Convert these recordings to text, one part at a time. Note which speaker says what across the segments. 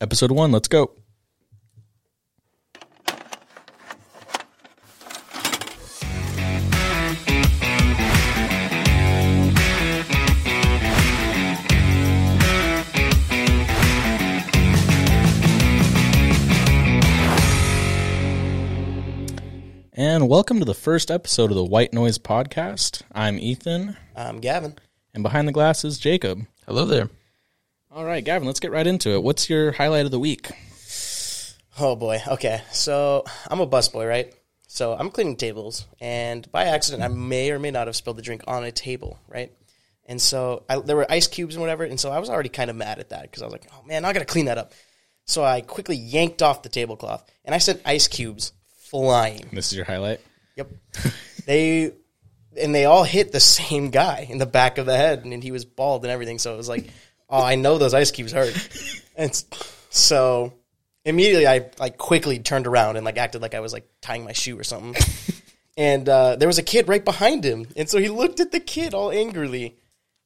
Speaker 1: Episode one, let's go. And welcome to the first episode of the White Noise Podcast. I'm Ethan,
Speaker 2: I'm Um, Gavin.
Speaker 1: and behind the glass is Jacob.
Speaker 3: Hello there.
Speaker 1: All right, Gavin, let's get right into it. What's your highlight of the week?
Speaker 2: Oh boy. Okay. So I'm a busboy, right? So I'm cleaning tables, and by accident, I may or may not have spilled the drink on a table, right? And so I, there were ice cubes and whatever, and so I was already kind of mad at that because I was like, "Oh man, I gotta clean that up." So I quickly yanked off the tablecloth, and I sent ice cubes flying.
Speaker 1: This is your highlight.
Speaker 2: Yep. they and they all hit the same guy in the back of the head, and he was bald and everything. So it was like, oh, I know those ice cubes hurt. And s- so immediately, I like quickly turned around and like acted like I was like tying my shoe or something. and uh, there was a kid right behind him, and so he looked at the kid all angrily,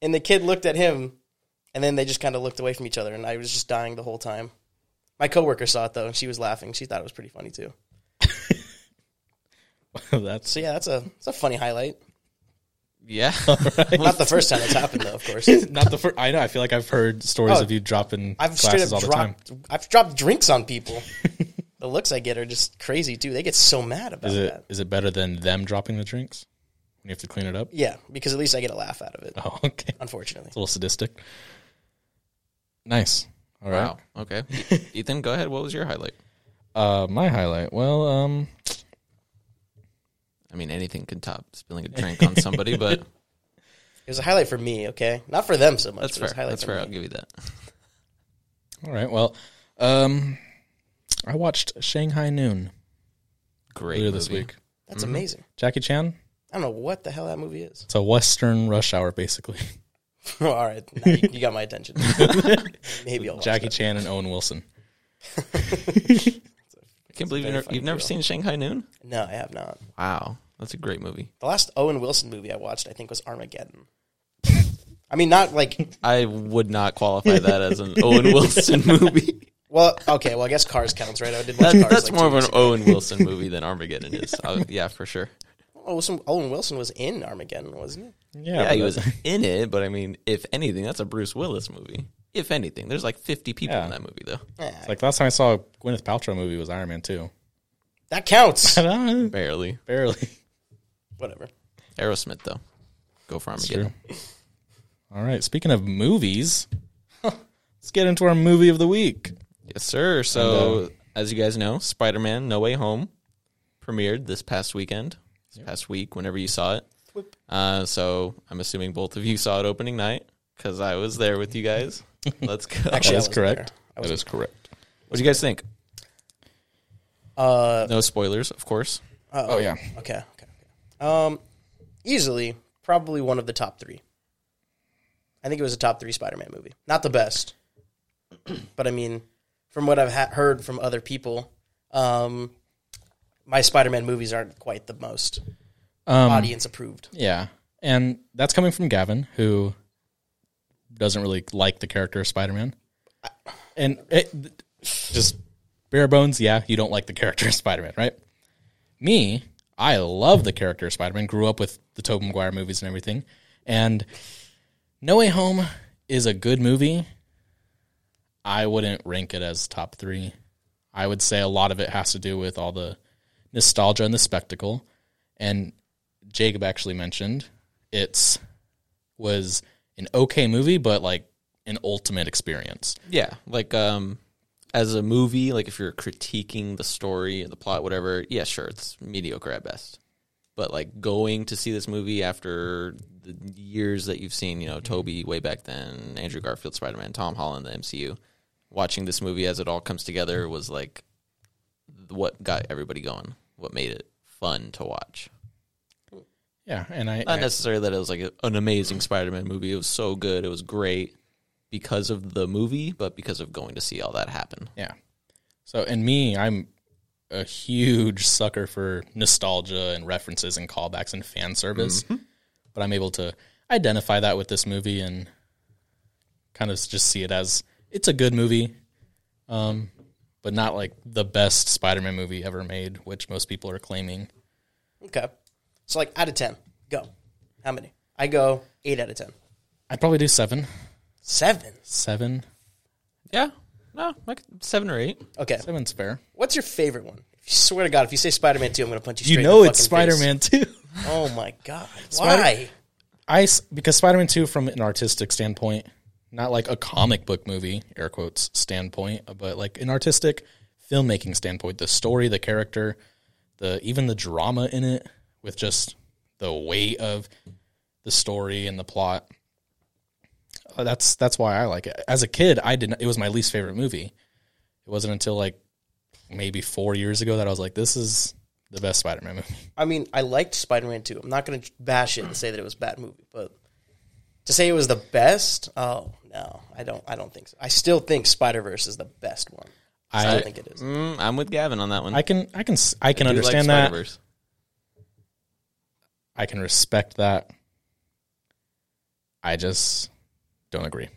Speaker 2: and the kid looked at him, and then they just kind of looked away from each other, and I was just dying the whole time. My coworker saw it though, and she was laughing. She thought it was pretty funny too.
Speaker 1: That's
Speaker 2: So yeah, that's a that's a funny highlight.
Speaker 3: Yeah.
Speaker 2: Not the first time it's happened, though. Of course,
Speaker 1: not the first. I know. I feel like I've heard stories
Speaker 2: Oh,
Speaker 1: of you dropping
Speaker 2: I've straight
Speaker 1: glasses all
Speaker 2: up
Speaker 1: the time.
Speaker 2: dropped. I've dropped drinks on people. the looks I get are just crazy too. They get so mad about
Speaker 1: Is it
Speaker 2: that.
Speaker 1: is it better than them dropping the drinks? When you have to clean it up.
Speaker 2: Yeah, because at least I get a laugh out of it.
Speaker 1: Oh, okay. It's
Speaker 2: Unfortunately,
Speaker 1: a little sadistic. Nice. All right.
Speaker 3: Wow. Okay. E-, Ethan, go ahead. What was your highlight?
Speaker 1: Uh, my highlight. Well, um,
Speaker 3: I mean, anything can top spilling a drink on somebody, but
Speaker 2: it was a highlight for me. Okay, not for them so much.
Speaker 3: that's
Speaker 2: but it was
Speaker 3: fair.
Speaker 2: a highlight
Speaker 3: That's
Speaker 2: for
Speaker 3: fair.
Speaker 2: me.
Speaker 3: I'll give you that.
Speaker 1: all right. Well, um, I watched Shanghai Noon
Speaker 3: Great.
Speaker 1: earlier this
Speaker 3: movie.
Speaker 1: week.
Speaker 3: Mm-hmm.
Speaker 2: That's amazing.
Speaker 1: Jackie Chan.
Speaker 2: I don't know what the hell that movie is.
Speaker 1: It's a Western rush hour, basically.
Speaker 2: All right, now you, you got my attention. Maybe I'll watch
Speaker 1: Jackie
Speaker 2: that.
Speaker 1: Chan and Owen Wilson.
Speaker 3: I can't believe you
Speaker 2: very
Speaker 3: never,
Speaker 2: funny
Speaker 3: you've never
Speaker 2: girl.
Speaker 3: seen Shanghai Noon.
Speaker 2: No, I have not.
Speaker 3: Wow, that's a great movie.
Speaker 2: The last Owen Wilson movie I watched, I think, was Armageddon. I mean, not like
Speaker 3: I would not qualify that as an Owen Wilson movie.
Speaker 2: well, okay, well, I guess Cars counts, right? I did watch
Speaker 3: That,
Speaker 2: Cars.
Speaker 3: that's
Speaker 2: like,
Speaker 3: more
Speaker 2: two
Speaker 3: of
Speaker 2: weeks
Speaker 3: an Owen Wilson movie than Armageddon is. Uh, yeah, for sure.
Speaker 2: Wilson, Oh, Owen Wilson was in Armageddon, wasn't he?
Speaker 1: Yeah,
Speaker 3: Yeah, he
Speaker 1: but-
Speaker 3: was in it, but I mean, if anything, that's a Bruce Willis movie. If anything, there's like 50 people
Speaker 1: Yeah.
Speaker 3: in that movie, though.
Speaker 2: Yeah,
Speaker 1: Like last time I saw a Gwyneth Paltrow movie was Iron Man Two.
Speaker 2: that counts.
Speaker 3: Barely.
Speaker 1: Barely.
Speaker 2: Whatever.
Speaker 3: Aerosmith, though. Go for Armageddon.
Speaker 1: All right. Speaking of movies, let's get into our movie of the week.
Speaker 3: Yes, sir. So,
Speaker 2: um,
Speaker 3: as you guys know, Spider Man No Way Home premiered this past weekend, this past week, whenever you saw it. Uh, so, I'm assuming both of you saw it opening night because I was there with you guys. Let's go.
Speaker 2: Actually, I
Speaker 1: That is
Speaker 2: wasn't
Speaker 1: correct.
Speaker 2: there.
Speaker 1: That is correct.
Speaker 3: what do you guys think?
Speaker 2: Uh,
Speaker 3: No spoilers, of course.
Speaker 1: Oh yeah.
Speaker 2: okay, okay, okay. Um, easily, probably one of the top three. I think it was a top three Spider-Man movie. Not the best, but I mean, from what I've ha- heard from other people, um, my Spider-Man movies aren't quite the most audience approved.
Speaker 1: Yeah. And that's coming from Gavin, who doesn't really like the character of Spider Man. And it, just bare bones, yeah, you don't like the character of Spider Man, right? Me, I love the character of Spider Man, grew up with the Tobey Maguire movies and everything. And No Way Home is a good movie. I wouldn't rank it as top three. I would say a lot of it has to do with all the nostalgia and the spectacle. And Jacob actually mentioned, it's was an okay movie, but like an ultimate experience.
Speaker 3: Yeah, like um, as a movie, like if you're critiquing the story, the plot, whatever, yeah, sure, it's mediocre at best. But like going to see this movie after the years that you've seen, you know, Toby way back then, Andrew Garfield, Spider Man, Tom Holland, the MCU, watching this movie as it all comes together was like what got everybody going, what made it fun to watch.
Speaker 1: Yeah, and I, I
Speaker 3: Not necessarily that it was like a- an amazing Spider Man movie. It was so good, it was great because of the movie, but because of going to see all that happen.
Speaker 1: yeah. So and me, I'm a huge sucker for nostalgia and references and callbacks and fan service,
Speaker 2: Mm-hmm.
Speaker 1: but I'm able to identify that with this movie and kind of just see it as it's a good movie. um, but not like the best Spider-Man movie ever made, which most people are claiming.
Speaker 2: Okay. So like out of ten, go. How many? I go eight out of ten.
Speaker 1: I'd probably do seven,
Speaker 2: Seven.
Speaker 1: seven,
Speaker 3: Yeah. No, like seven or eight.
Speaker 2: Okay.
Speaker 1: seven's fair.
Speaker 2: What's your favorite one? If you swear to God, if you say Spider Man two, I'm gonna punch you. Straight
Speaker 1: You
Speaker 2: in
Speaker 1: know
Speaker 2: the
Speaker 1: it's
Speaker 2: fucking face.
Speaker 1: Spider-Man too.
Speaker 2: Oh my God.
Speaker 1: Spider-
Speaker 2: Why?
Speaker 1: I s- because Spider-Man Two, from an artistic standpoint, not like a comic book movie (air quotes) standpoint, but like an artistic filmmaking standpoint, the story, the character, the even the drama in it, with just the weight of the story and the plot. Uh, That's that's why I like it. As a kid, I didn't. It was my least favorite movie. It wasn't until like maybe four years ago that I was like, "This is the best Spider-Man movie."
Speaker 2: I mean, I liked Spider Man 2. I'm not going to bash it and say that it was a bad movie, but to say it was the best, oh no, I don't. I don't think so. I still think Spider Verse is the best one. So I,
Speaker 1: I-
Speaker 2: don't think it is.
Speaker 3: Mm, I'm with Gavin on that one.
Speaker 1: I can I can s- I can
Speaker 3: do
Speaker 1: understand
Speaker 3: like
Speaker 1: that.
Speaker 3: Spider-Verse.
Speaker 1: I can respect that. I just don't agree,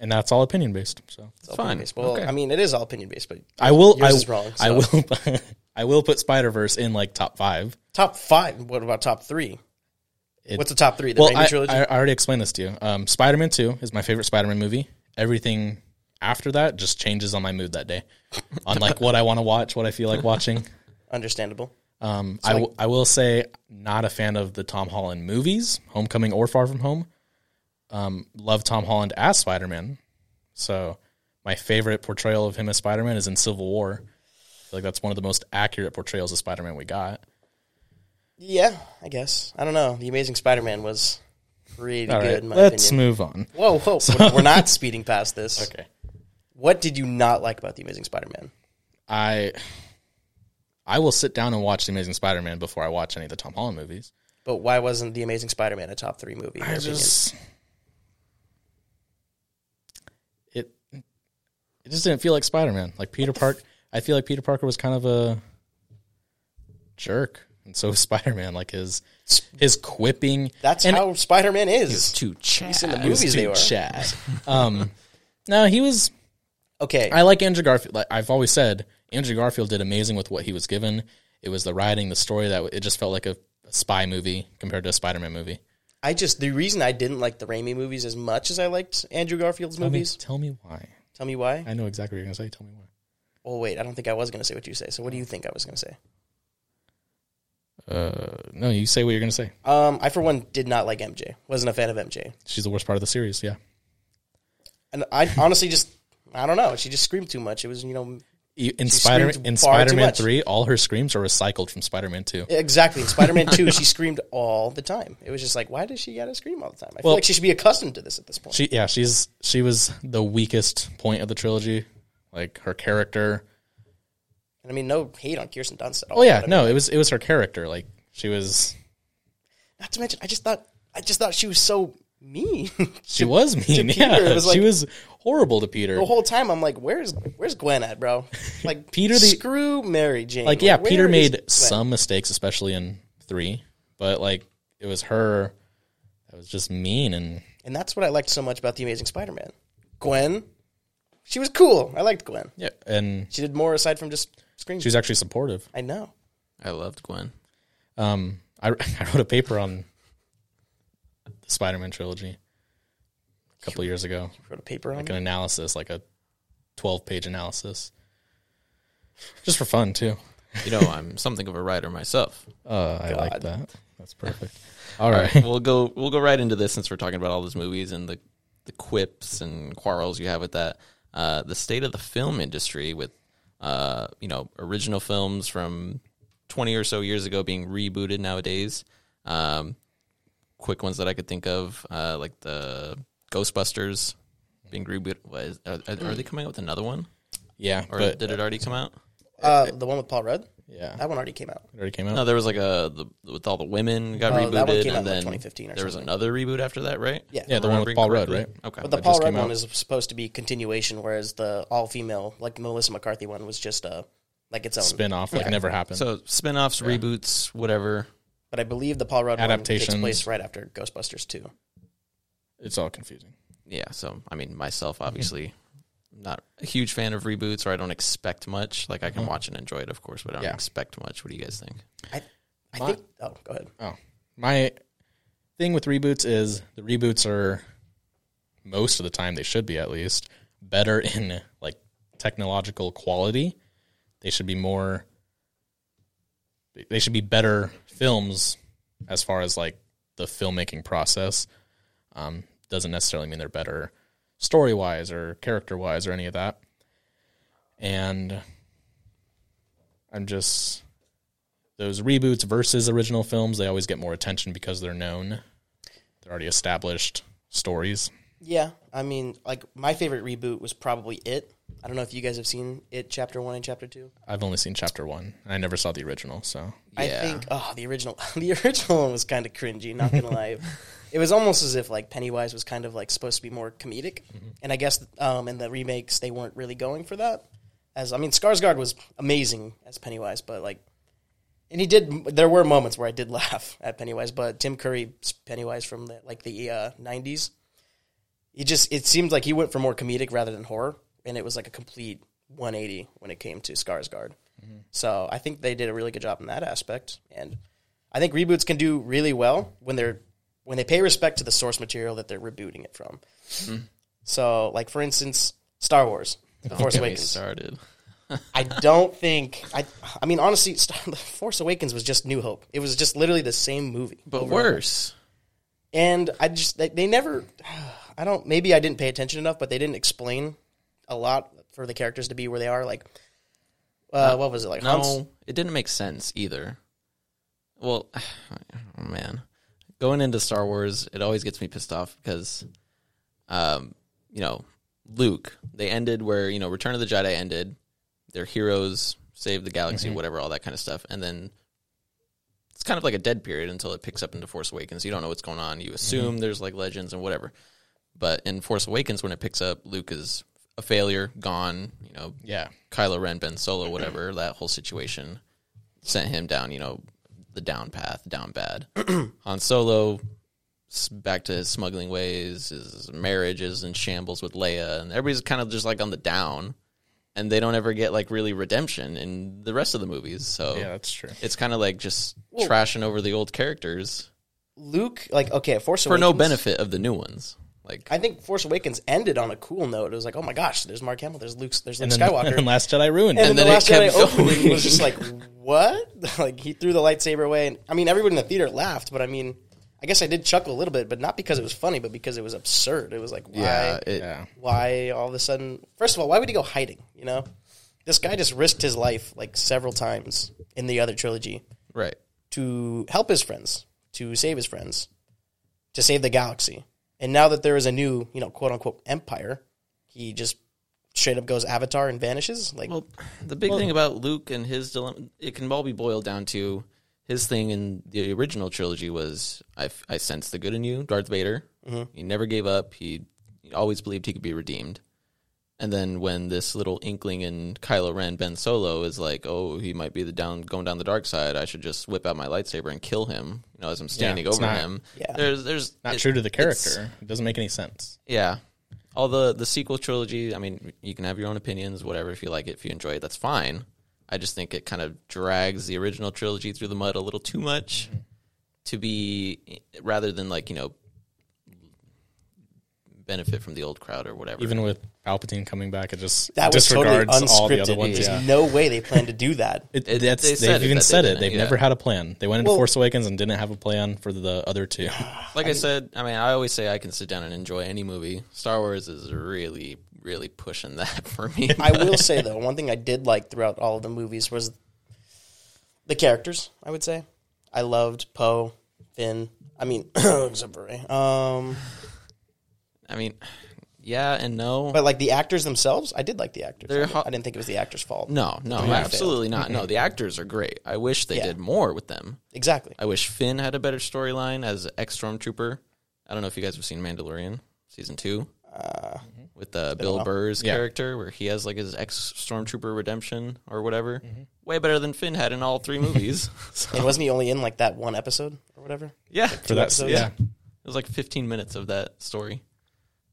Speaker 1: and that's all opinion based. So
Speaker 2: It's all
Speaker 3: fine.
Speaker 2: opinion-based. Well,
Speaker 3: Okay.
Speaker 2: I mean, it is all opinion based, but
Speaker 1: I will.
Speaker 2: Yours
Speaker 1: I,
Speaker 2: is wrong,
Speaker 1: I
Speaker 2: so.
Speaker 1: will. I will put Spider Verse in like top five.
Speaker 2: top five. What about top three?
Speaker 1: It-
Speaker 2: What's the top three? The
Speaker 1: well,
Speaker 2: Raimi
Speaker 1: I,
Speaker 2: trilogy.
Speaker 1: I, I already explained this to you. Um, Spider Man Two is my favorite Spider Man movie. Everything after that just changes on my mood that day, on like what I want to watch, what I feel like watching.
Speaker 2: Understandable.
Speaker 1: Um, I, w- I will say, not a fan of the Tom Holland movies, Homecoming or Far From Home. Um, love Tom Holland as Spider Man. So, my favorite portrayal of him as Spider Man is in Civil War. I feel like that's one of the most accurate portrayals of Spider Man we got.
Speaker 2: Yeah, I guess. I don't know. The Amazing Spider Man was pretty
Speaker 1: All
Speaker 2: good
Speaker 1: right,
Speaker 2: in my
Speaker 1: let's
Speaker 2: opinion.
Speaker 1: move on.
Speaker 2: Whoa, whoa! We're- We're not speeding past this.
Speaker 1: Okay.
Speaker 2: What did you not like about the Amazing Spider Man?
Speaker 1: I I will sit down and watch The Amazing Spider Man before I watch any of the Tom Holland movies.
Speaker 2: But why wasn't the Amazing Spider Man a top three movie? in your
Speaker 1: I
Speaker 2: opinion?
Speaker 1: just it it just didn't feel like Spider Man. Like Peter Park, I feel like Peter Parker was kind of a jerk, and so Spider Man. Like his his quipping.
Speaker 2: That's how Spider Man is.
Speaker 3: Too
Speaker 2: He's in the
Speaker 3: chat.
Speaker 1: He was
Speaker 2: movies they
Speaker 1: too
Speaker 2: were.
Speaker 1: chat. Um, no, he was.
Speaker 2: Okay.
Speaker 1: I like Andrew Garfield. Like I've always said, Andrew Garfield did amazing with what he was given. It was the writing, the story that it just felt like a, a spy movie compared to a Spider Man movie.
Speaker 2: I just the reason I didn't like the Raimi movies as much as I liked Andrew Garfield's
Speaker 1: Tell me,
Speaker 2: movies.
Speaker 1: tell me why.
Speaker 2: Tell me why.
Speaker 1: I know exactly what you're gonna say. Tell me why.
Speaker 2: Oh wait, I don't think I was gonna say what you say. So what do you think I was gonna say?
Speaker 1: Uh, no, you say what you're going to say.
Speaker 2: Um, I for one did not like MJ. Wasn't a fan of MJ.
Speaker 1: She's the worst part of the series. Yeah.
Speaker 2: And I honestly just I don't know. She just screamed too much. It was you know
Speaker 1: You- E, In Spider
Speaker 2: screamed
Speaker 1: in
Speaker 2: far too
Speaker 1: Spider Man
Speaker 2: much.
Speaker 1: three, all her screams are recycled from Spider Man two.
Speaker 2: exactly in Spider Man Two. She screamed all the time. It was just like why does she gotta scream all the time? I feel
Speaker 1: Well-
Speaker 2: like she should be accustomed to this at this point.
Speaker 1: She yeah she's she was the weakest point of the trilogy, like her character.
Speaker 2: and I mean no hate on Kirsten Dunst at all.
Speaker 1: Oh yeah,
Speaker 2: but I mean,
Speaker 1: no, it was it was her character. Like she was
Speaker 2: Not to mention I just thought I just thought she was so mean.
Speaker 1: she was mean.
Speaker 2: Peter,
Speaker 1: yeah,
Speaker 2: it was
Speaker 1: she
Speaker 2: like-
Speaker 1: was horrible to Peter.
Speaker 2: the whole time I'm like, where's where's Gwen at, bro? Like
Speaker 1: Peter
Speaker 2: Peter,
Speaker 1: the-
Speaker 2: screw Mary Jane.
Speaker 1: Like yeah,
Speaker 2: where
Speaker 1: Peter
Speaker 2: is
Speaker 1: made
Speaker 2: Gwen?
Speaker 1: some mistakes, especially in three, but like it was her that was just mean and
Speaker 2: and that's what I liked so much about the Amazing Spider-Man. Gwen, she was cool. I liked Gwen.
Speaker 1: yeah, and
Speaker 2: She did more aside from just screaming.
Speaker 1: she was actually supportive.
Speaker 2: I know.
Speaker 3: I loved Gwen.
Speaker 1: Um, I, I wrote a paper on the Spider-Man trilogy a couple years ago,
Speaker 2: Wrote a paper on
Speaker 1: like
Speaker 2: it.
Speaker 1: an analysis, like a twelve-page analysis, just for fun too.
Speaker 3: You know, I'm something of a writer myself.
Speaker 1: Uh, I like that. That's perfect. All right.
Speaker 3: We'll go. We'll go right into this since we're talking about all those movies and the the quips and quarrels you have with that. Uh, the state of the film industry with uh, you know original films from twenty or so years ago being rebooted nowadays. Um, quick ones that I could think of, uh, like the Ghostbusters being rebooted. What is- Are, are they coming out with another one,
Speaker 1: Yeah,
Speaker 3: or
Speaker 1: but
Speaker 3: did it already come out?
Speaker 2: Uh, the one with Paul Rudd.
Speaker 1: yeah, it
Speaker 2: That one already came out.
Speaker 1: already came out.
Speaker 3: No, there was like a the, with all the women got
Speaker 2: Oh,
Speaker 3: rebooted,
Speaker 2: that one came out in, like,
Speaker 3: and then
Speaker 2: 2015 or
Speaker 3: there was
Speaker 2: something.
Speaker 3: another reboot after that, right?
Speaker 2: Yeah.
Speaker 1: yeah, the one with
Speaker 3: Remembering
Speaker 1: Paul Rudd, right?
Speaker 3: correctly? Okay.
Speaker 2: But the
Speaker 1: That
Speaker 2: Paul
Speaker 1: just
Speaker 2: Rudd
Speaker 1: came out.
Speaker 2: one is supposed to be continuation, whereas the all-female, like Melissa McCarthy one, was just a like its own.
Speaker 1: spin-off, like never happened.
Speaker 3: So spin-offs, reboots, whatever.
Speaker 2: But I believe the Paul Rudd one
Speaker 1: Adaptations.
Speaker 2: takes place right after Ghostbusters two.
Speaker 1: it's all confusing.
Speaker 3: Yeah. So I mean, myself obviously not a huge fan of reboots, or I don't expect much. Like I can watch and enjoy it, of course, but I don't
Speaker 1: Uh-huh. Yeah.
Speaker 3: expect much. What do you guys think?
Speaker 2: I, I think. Oh, go ahead.
Speaker 1: Oh, my thing with reboots is the reboots are most of the time they should be at least better in like technological quality. They should be more. They should be better films as far as like the filmmaking process. Um, doesn't necessarily mean they're better story wise or character wise or any of that. And I'm just those reboots versus original films, they always get more attention because they're known. They're already established stories.
Speaker 2: Yeah, I mean, like my favorite reboot was probably It. I don't know if you guys have seen It Chapter One and Chapter Two.
Speaker 1: I've only seen chapter one. and I never saw the original, so
Speaker 2: I
Speaker 3: Yeah.
Speaker 2: think oh the original the original one was kind of cringy. Not gonna lie, it was almost as if like Pennywise was kind of like supposed to be more comedic, and I guess um, in the remakes they weren't really going for that. As I mean, Skarsgård was amazing as Pennywise, but like, and he did. There were moments where I did laugh at Pennywise, but Tim Curry's Pennywise from the, like the uh, '90s, he just it seemed like he went for more comedic rather than horror, and it was like a complete 180 when it came to Skarsgård. So I think they did a really good job in that aspect, and I think reboots can do really well when they're when they pay respect to the source material that they're rebooting it from. So, like for instance, Star Wars: The Force
Speaker 3: Get me
Speaker 2: Awakens.
Speaker 3: started.
Speaker 2: I don't think I. I mean, honestly, Star, The Force Awakens was just New Hope. It was just literally the same movie,
Speaker 3: But
Speaker 2: over and over.
Speaker 3: worse.
Speaker 2: And I just they, they never. I don't. Maybe I didn't pay attention enough, but they didn't explain a lot for the characters to be where they are. Like, uh, what was it like? Han's-
Speaker 3: No, it didn't make sense either. Well, oh, man, going into Star Wars, it always gets me pissed off because, um, you know, Luke. They ended where you know Return of the Jedi ended. Their heroes saved the galaxy, whatever, all that kind of stuff, and then it's kind of like a dead period until it picks up into Force Awakens. You don't know what's going on. You assume there's like legends and whatever, but in Force Awakens, when it picks up, Luke is a failure, gone. You know,
Speaker 1: yeah.
Speaker 3: Kylo Ren, Ben Solo, whatever, that whole situation sent him down, you know, the down path, down bad. Han Solo, s- back to his smuggling ways, his marriage is in shambles with Leia, and everybody's kind of just like on the down, and they don't ever get like really redemption in the rest of the movies. So
Speaker 1: Yeah, that's true.
Speaker 3: it's kind of like just trashing over the old characters
Speaker 2: Luke, like okay, Force
Speaker 3: for no
Speaker 2: Awakens-
Speaker 3: benefit of the new ones. Like,
Speaker 2: I think Force Awakens ended on a cool note. It was like, oh my gosh, there's Mark Hamill, there's Luke, there's Luke
Speaker 1: And then,
Speaker 2: Skywalker,
Speaker 1: and Last Jedi ruined
Speaker 2: and,
Speaker 1: it.
Speaker 2: then,
Speaker 3: then
Speaker 2: the
Speaker 3: it
Speaker 2: last Jedi
Speaker 3: kept
Speaker 2: opening
Speaker 3: going.
Speaker 2: was just like, what? like he threw the lightsaber away, and I mean, everyone in the theater laughed, but I mean, I guess I did chuckle a little bit, but not because it was funny, but because it was absurd. It was like, why?
Speaker 3: yeah, uh, it,
Speaker 1: Yeah.
Speaker 2: why all of a sudden? First of all, why would he go hiding? You know, this guy just risked his life like several times in the other trilogy
Speaker 3: right.
Speaker 2: to help his friends, to save his friends, to save the galaxy. And now that there is a new, you know, quote unquote empire, he just straight up goes Avatar and vanishes. Like,
Speaker 3: Well, the big thing about Luke and his dilemma, it can all be boiled down to his thing in the original trilogy was I, f- I sense the good in you, Darth Vader.
Speaker 1: Mm-hmm.
Speaker 3: He never gave up. He, he always believed he could be redeemed. And then when this little inkling in Kylo Ren, Ben Solo, is like, oh, he might be the down going down the dark side. I should just whip out my lightsaber and kill him. You know, as I'm standing
Speaker 1: it's
Speaker 3: over
Speaker 1: not-
Speaker 3: him.
Speaker 2: Yeah.
Speaker 3: There's, there's
Speaker 1: Not
Speaker 3: it-
Speaker 1: true to the
Speaker 3: it's-
Speaker 1: character. It doesn't make any sense.
Speaker 3: yeah. All the the sequel trilogy, I mean, you can have your own opinions, whatever. If you like it, if you enjoy it, that's fine. I just think it kind of drags the original trilogy through the mud a little too much
Speaker 2: Mm-hmm.
Speaker 3: to be rather than like, you know, benefit from the old crowd or whatever.
Speaker 1: Even with Palpatine coming back, it just
Speaker 2: that was totally
Speaker 1: disregards
Speaker 2: unscripted.
Speaker 1: all the other ones.
Speaker 2: There's
Speaker 1: Yeah.
Speaker 2: no way they plan to do that.
Speaker 1: It,
Speaker 3: It-
Speaker 1: that's,
Speaker 3: they
Speaker 1: they
Speaker 3: said
Speaker 1: have
Speaker 3: it
Speaker 1: even
Speaker 3: that they
Speaker 1: said it.
Speaker 3: didn't,
Speaker 1: They've
Speaker 3: yeah.
Speaker 1: never had a plan. They went into
Speaker 2: Well-
Speaker 1: Force Awakens and didn't have a plan for the other two.
Speaker 3: like I, said, I mean, I always say I can sit down and enjoy any movie. Star Wars is really, really pushing that for me.
Speaker 2: I will say though, one thing I did like throughout all of the movies was the characters. I would say I loved Poe, Finn. I mean, except for Ray. Um,
Speaker 3: I mean, yeah and no.
Speaker 2: but like the actors themselves, I did like the actors. I,
Speaker 3: They're
Speaker 2: did,
Speaker 3: ho-
Speaker 2: not think it was the actors' fault.
Speaker 3: no, no, absolutely not. No, the actors are great. I wish they
Speaker 2: Yeah.
Speaker 3: did more with them.
Speaker 2: exactly.
Speaker 3: I wish Finn had a better storyline as ex stormtrooper. I don't know if you guys have seen Mandalorian season two with uh, Bill Burr's character, where he has like his ex stormtrooper redemption or whatever. Way better than Finn had in all three movies. So,
Speaker 2: And wasn't he only in like that one episode or whatever?
Speaker 3: yeah,
Speaker 1: For that,
Speaker 2: episodes?
Speaker 1: yeah.
Speaker 3: it was like 15 minutes of that story.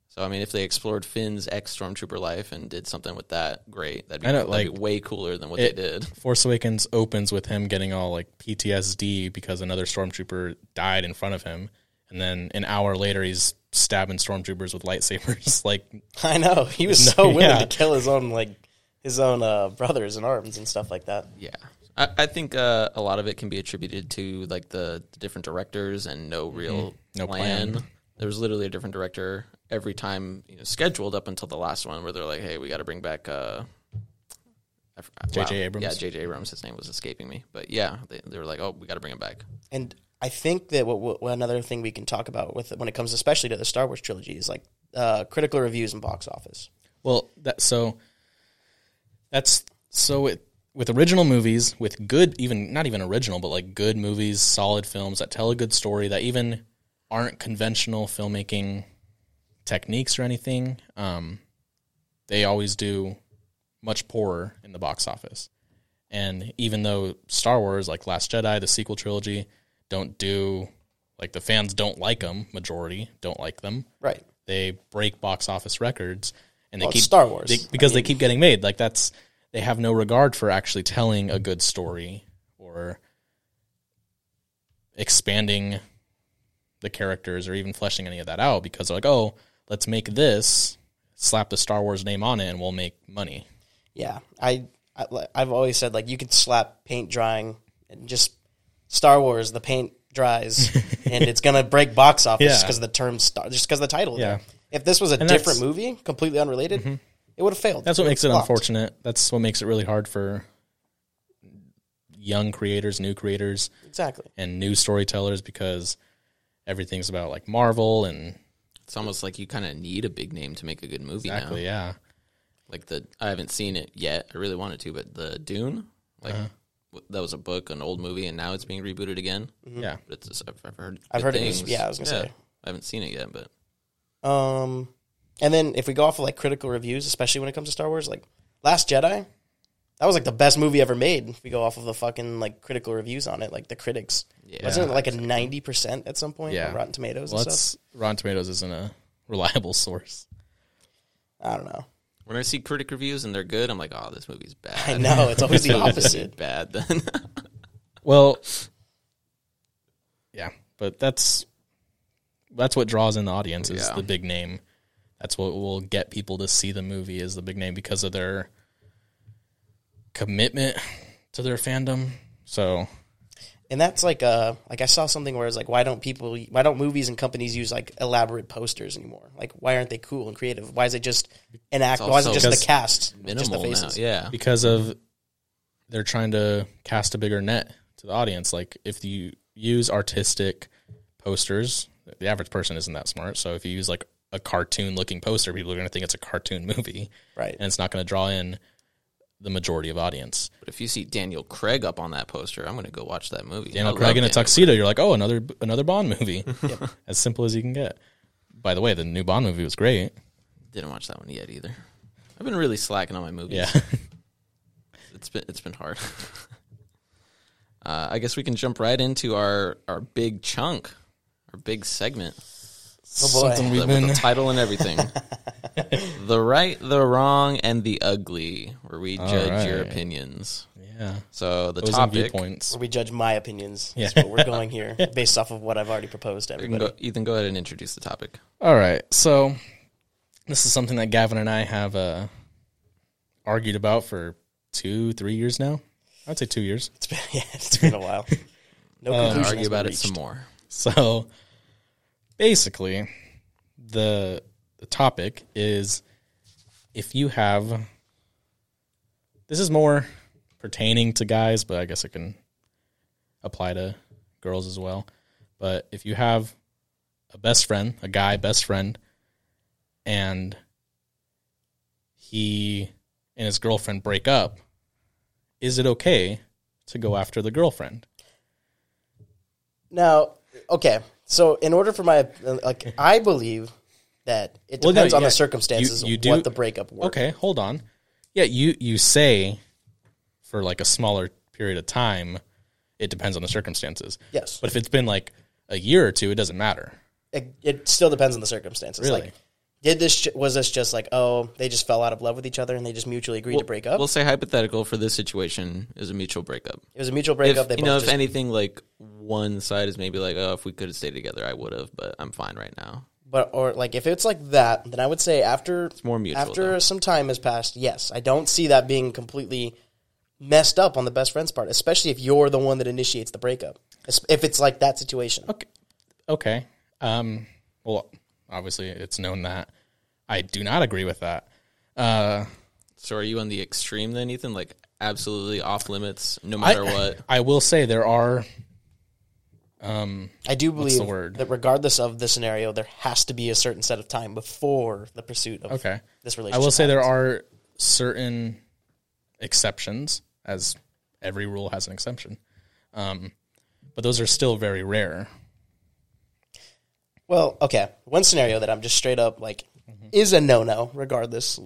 Speaker 3: So I mean, if they explored Finn's ex stormtrooper life and did something with that, great. That'd be,
Speaker 1: I know,
Speaker 3: that'd be
Speaker 1: like,
Speaker 3: way cooler than what
Speaker 1: it-
Speaker 3: they did.
Speaker 1: Force Awakens opens with him getting all like PTSD because another stormtrooper died in front of him, and then an hour later he's stabbing stormtroopers with lightsabers. like,
Speaker 2: I know he was so willing
Speaker 1: yeah.
Speaker 2: to kill his own like his own uh, brothers in arms and stuff like that.
Speaker 3: Yeah, I, I think uh, a lot of it can be attributed to like the, the different directors and no real
Speaker 1: Mm-hmm. No
Speaker 3: plan.
Speaker 1: plan.
Speaker 3: There was literally a different director every time you know, scheduled up until the last one, where they're like, "Hey, we got to bring back." Uh, I f- uh,
Speaker 1: J.J. Abrams?
Speaker 3: Yeah, J.J. Abrams. His name was escaping me, but yeah, they, they were like, "Oh, we got to bring him back."
Speaker 2: And I think that what, what another thing we can talk about with when it comes especially to the Star Wars trilogy is like uh, critical reviews and box office.
Speaker 1: well, that so that's so it with original movies with good even not even original but like good movies, solid films that tell a good story that even aren't conventional filmmaking techniques or anything. Um, they always do much poorer in the box office. And even though Star Wars, like Last Jedi, the sequel trilogy, don't do like the fans don't like them. Majority don't like them.
Speaker 2: Right.
Speaker 1: They break box office records, and they
Speaker 2: Well, Oh, it's
Speaker 1: keep
Speaker 2: Star Wars.
Speaker 1: they- because they keep getting made. Like that's they have no regard for actually telling a good story or expanding the characters or even fleshing any of that out because they're like, oh, let's make this, slap the Star Wars name on it, and we'll make money.
Speaker 2: Yeah, I, I I've always said like you could slap paint drying and just Star Wars the paint dries and it's gonna break box office
Speaker 1: Yeah.
Speaker 2: because the term star just because the title.
Speaker 1: Yeah.
Speaker 2: If this was a
Speaker 1: that's- Mm-hmm.
Speaker 2: different movie, completely unrelated, it would have failed.
Speaker 1: That's what makes it
Speaker 2: Flopped.
Speaker 1: unfortunate. That's what makes it really hard for young creators, new creators,
Speaker 2: Exactly.
Speaker 1: and new storytellers because everything's about like Marvel and
Speaker 3: It's almost like you kind of need a big name to make a good movie now.
Speaker 1: exactly, yeah.
Speaker 3: like the I haven't seen it yet. I really wanted to, but the Dune, like
Speaker 1: Uh-huh.
Speaker 3: w- that was a book, an old movie, and now it's being rebooted again.
Speaker 1: Yeah.
Speaker 3: But it's just, I've, I've heard.
Speaker 2: I've
Speaker 3: good
Speaker 2: heard it was-
Speaker 3: things.
Speaker 2: yeah, I was gonna say.
Speaker 3: I haven't seen it yet, but
Speaker 2: Um, and then if we go off of like critical reviews, especially when it comes to Star Wars, like Last Jedi, that was like the best movie ever made. If we go off of the fucking like critical reviews on it, like the critics, wasn't it like a ninety percent at some point?
Speaker 1: Yeah.
Speaker 2: on Rotten Tomatoes.
Speaker 1: Well,
Speaker 2: and stuff?
Speaker 1: that's Rotten Tomatoes isn't a reliable source.
Speaker 2: I don't know.
Speaker 3: when I see critic reviews and they're good, I'm like, oh, this movie's bad.
Speaker 2: I know it's always the
Speaker 3: This movie's
Speaker 2: opposite.
Speaker 3: bad then.
Speaker 1: Well, yeah, but that's that's what draws in the audience is
Speaker 3: Yeah.
Speaker 1: the big name. That's what will get people to see the movie is the big name because of their commitment to their fandom. So
Speaker 2: and that's like uh like I saw something where it's like why don't people why don't movies and companies use like elaborate posters anymore? Like why aren't they cool and creative? Why is it just an act?
Speaker 3: all
Speaker 2: Why is it
Speaker 3: so-
Speaker 2: just the
Speaker 1: Because-
Speaker 2: cast? just the
Speaker 3: Minimal now.
Speaker 2: faces.
Speaker 3: Yeah.
Speaker 1: because of they're trying to cast a bigger net to the audience. Like if you use artistic posters, the average person isn't that smart. So if you use like a cartoon looking poster, people are going to think it's a cartoon movie.
Speaker 2: Right.
Speaker 1: and it's not going to draw in the majority of audience.
Speaker 3: But if you see Daniel Craig up on that poster, I'm going to go watch that movie. I
Speaker 1: Daniel
Speaker 3: love
Speaker 1: Craig in a
Speaker 3: Daniel
Speaker 1: tuxedo, you're like, oh, another another Bond movie. As simple as you can get. By the way, the new Bond movie was great.
Speaker 3: Didn't watch that one yet either. I've been really slacking on my movies.
Speaker 1: Yeah,
Speaker 3: it's been it's been hard. uh, I guess we can jump right into our our big chunk, our big segment,
Speaker 2: Oh boy.
Speaker 1: something
Speaker 3: the,
Speaker 1: we've
Speaker 3: with
Speaker 1: been
Speaker 3: the title and everything. the right, the wrong, and the ugly, where we judge your
Speaker 1: right.
Speaker 3: opinions.
Speaker 1: yeah.
Speaker 3: So the
Speaker 1: Those are
Speaker 3: topic.
Speaker 1: viewpoints.
Speaker 2: Where we judge my opinions. That's what we're going here based off of what I've already proposed to
Speaker 3: You can
Speaker 2: everybody.
Speaker 3: go, Ethan, go ahead and introduce the topic.
Speaker 1: All right, so this is something that Gavin and I have uh, argued about for two, three years now. I'd say two years.
Speaker 2: It's been yeah, it's been a while. No conclusion. has
Speaker 3: Uh, Argue
Speaker 2: been
Speaker 3: about it
Speaker 2: reached.
Speaker 3: some more.
Speaker 1: So basically, the the topic is if you have this is more pertaining to guys, but I guess it can apply to girls as well. But if you have a best friend, a guy best friend, and he and his girlfriend break up, is it okay to go after the girlfriend?
Speaker 2: Now, okay. So in order for my like I believe that it
Speaker 1: Well,
Speaker 2: depends
Speaker 1: no,
Speaker 2: on
Speaker 1: yeah.
Speaker 2: the circumstances
Speaker 1: You- you
Speaker 2: of
Speaker 1: do-
Speaker 2: what the breakup was.
Speaker 1: Okay, hold on. Yeah, you you say for like a smaller period of time, it depends on the circumstances.
Speaker 2: Yes.
Speaker 1: But if it's been like a year or two, it doesn't matter.
Speaker 2: it, it still depends on the circumstances.
Speaker 1: Really?
Speaker 2: Like, Did this ju- was this just like oh they just fell out of love with each other and they just mutually agreed to break up?
Speaker 3: We'll say hypothetical for this situation is a mutual breakup.
Speaker 2: it was a mutual
Speaker 3: If,
Speaker 2: breakup. they
Speaker 3: you
Speaker 2: both
Speaker 3: know, if
Speaker 2: just,
Speaker 3: anything, like one side is maybe like, oh, if we could have stayed together, I would have, but I'm fine right now.
Speaker 2: but or like if it's like that, then I would say after it's
Speaker 3: more mutual,
Speaker 2: After
Speaker 3: though.
Speaker 2: some time has passed, yes, I don't see that being completely messed up on the best friend's part, especially if you're the one that initiates the breakup. Es- If it's like that situation,
Speaker 1: Okay. Okay. Um, well, obviously, it's known that I do not agree with that. Uh,
Speaker 3: So are you on the extreme then, Ethan? Like absolutely off limits, no matter what.
Speaker 1: I will say there are
Speaker 2: I do
Speaker 1: the
Speaker 2: believe
Speaker 1: word?
Speaker 2: that regardless of the scenario, there has to be a certain set of time before the pursuit of
Speaker 1: Okay.
Speaker 2: this
Speaker 1: I
Speaker 2: relationship.
Speaker 1: will say there are certain exceptions, as every rule has an exception. Um, but those are still very rare.
Speaker 2: Well, okay. One scenario that I'm just straight up like is a no no, regardless.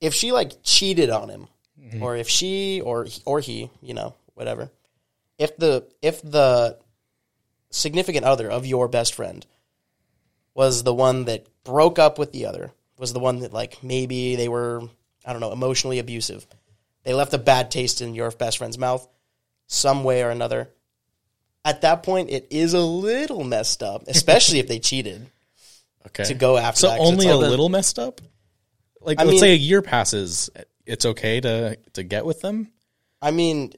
Speaker 2: If she like cheated on him, or if she or or he, you know, whatever. If the if the significant other of your best friend was the one that broke up with the other, was the one that like maybe they were I don't know emotionally abusive, they left a bad taste in your best friend's mouth, some way or another at that point it is a little messed up, especially if they cheated
Speaker 1: Okay.
Speaker 2: to go after.
Speaker 1: so
Speaker 2: that, 'cause it's
Speaker 1: only a
Speaker 2: like-
Speaker 1: little messed up. Like
Speaker 2: I
Speaker 1: let's
Speaker 2: mean-
Speaker 1: say a year passes, it's okay to to get with them.
Speaker 2: I mean,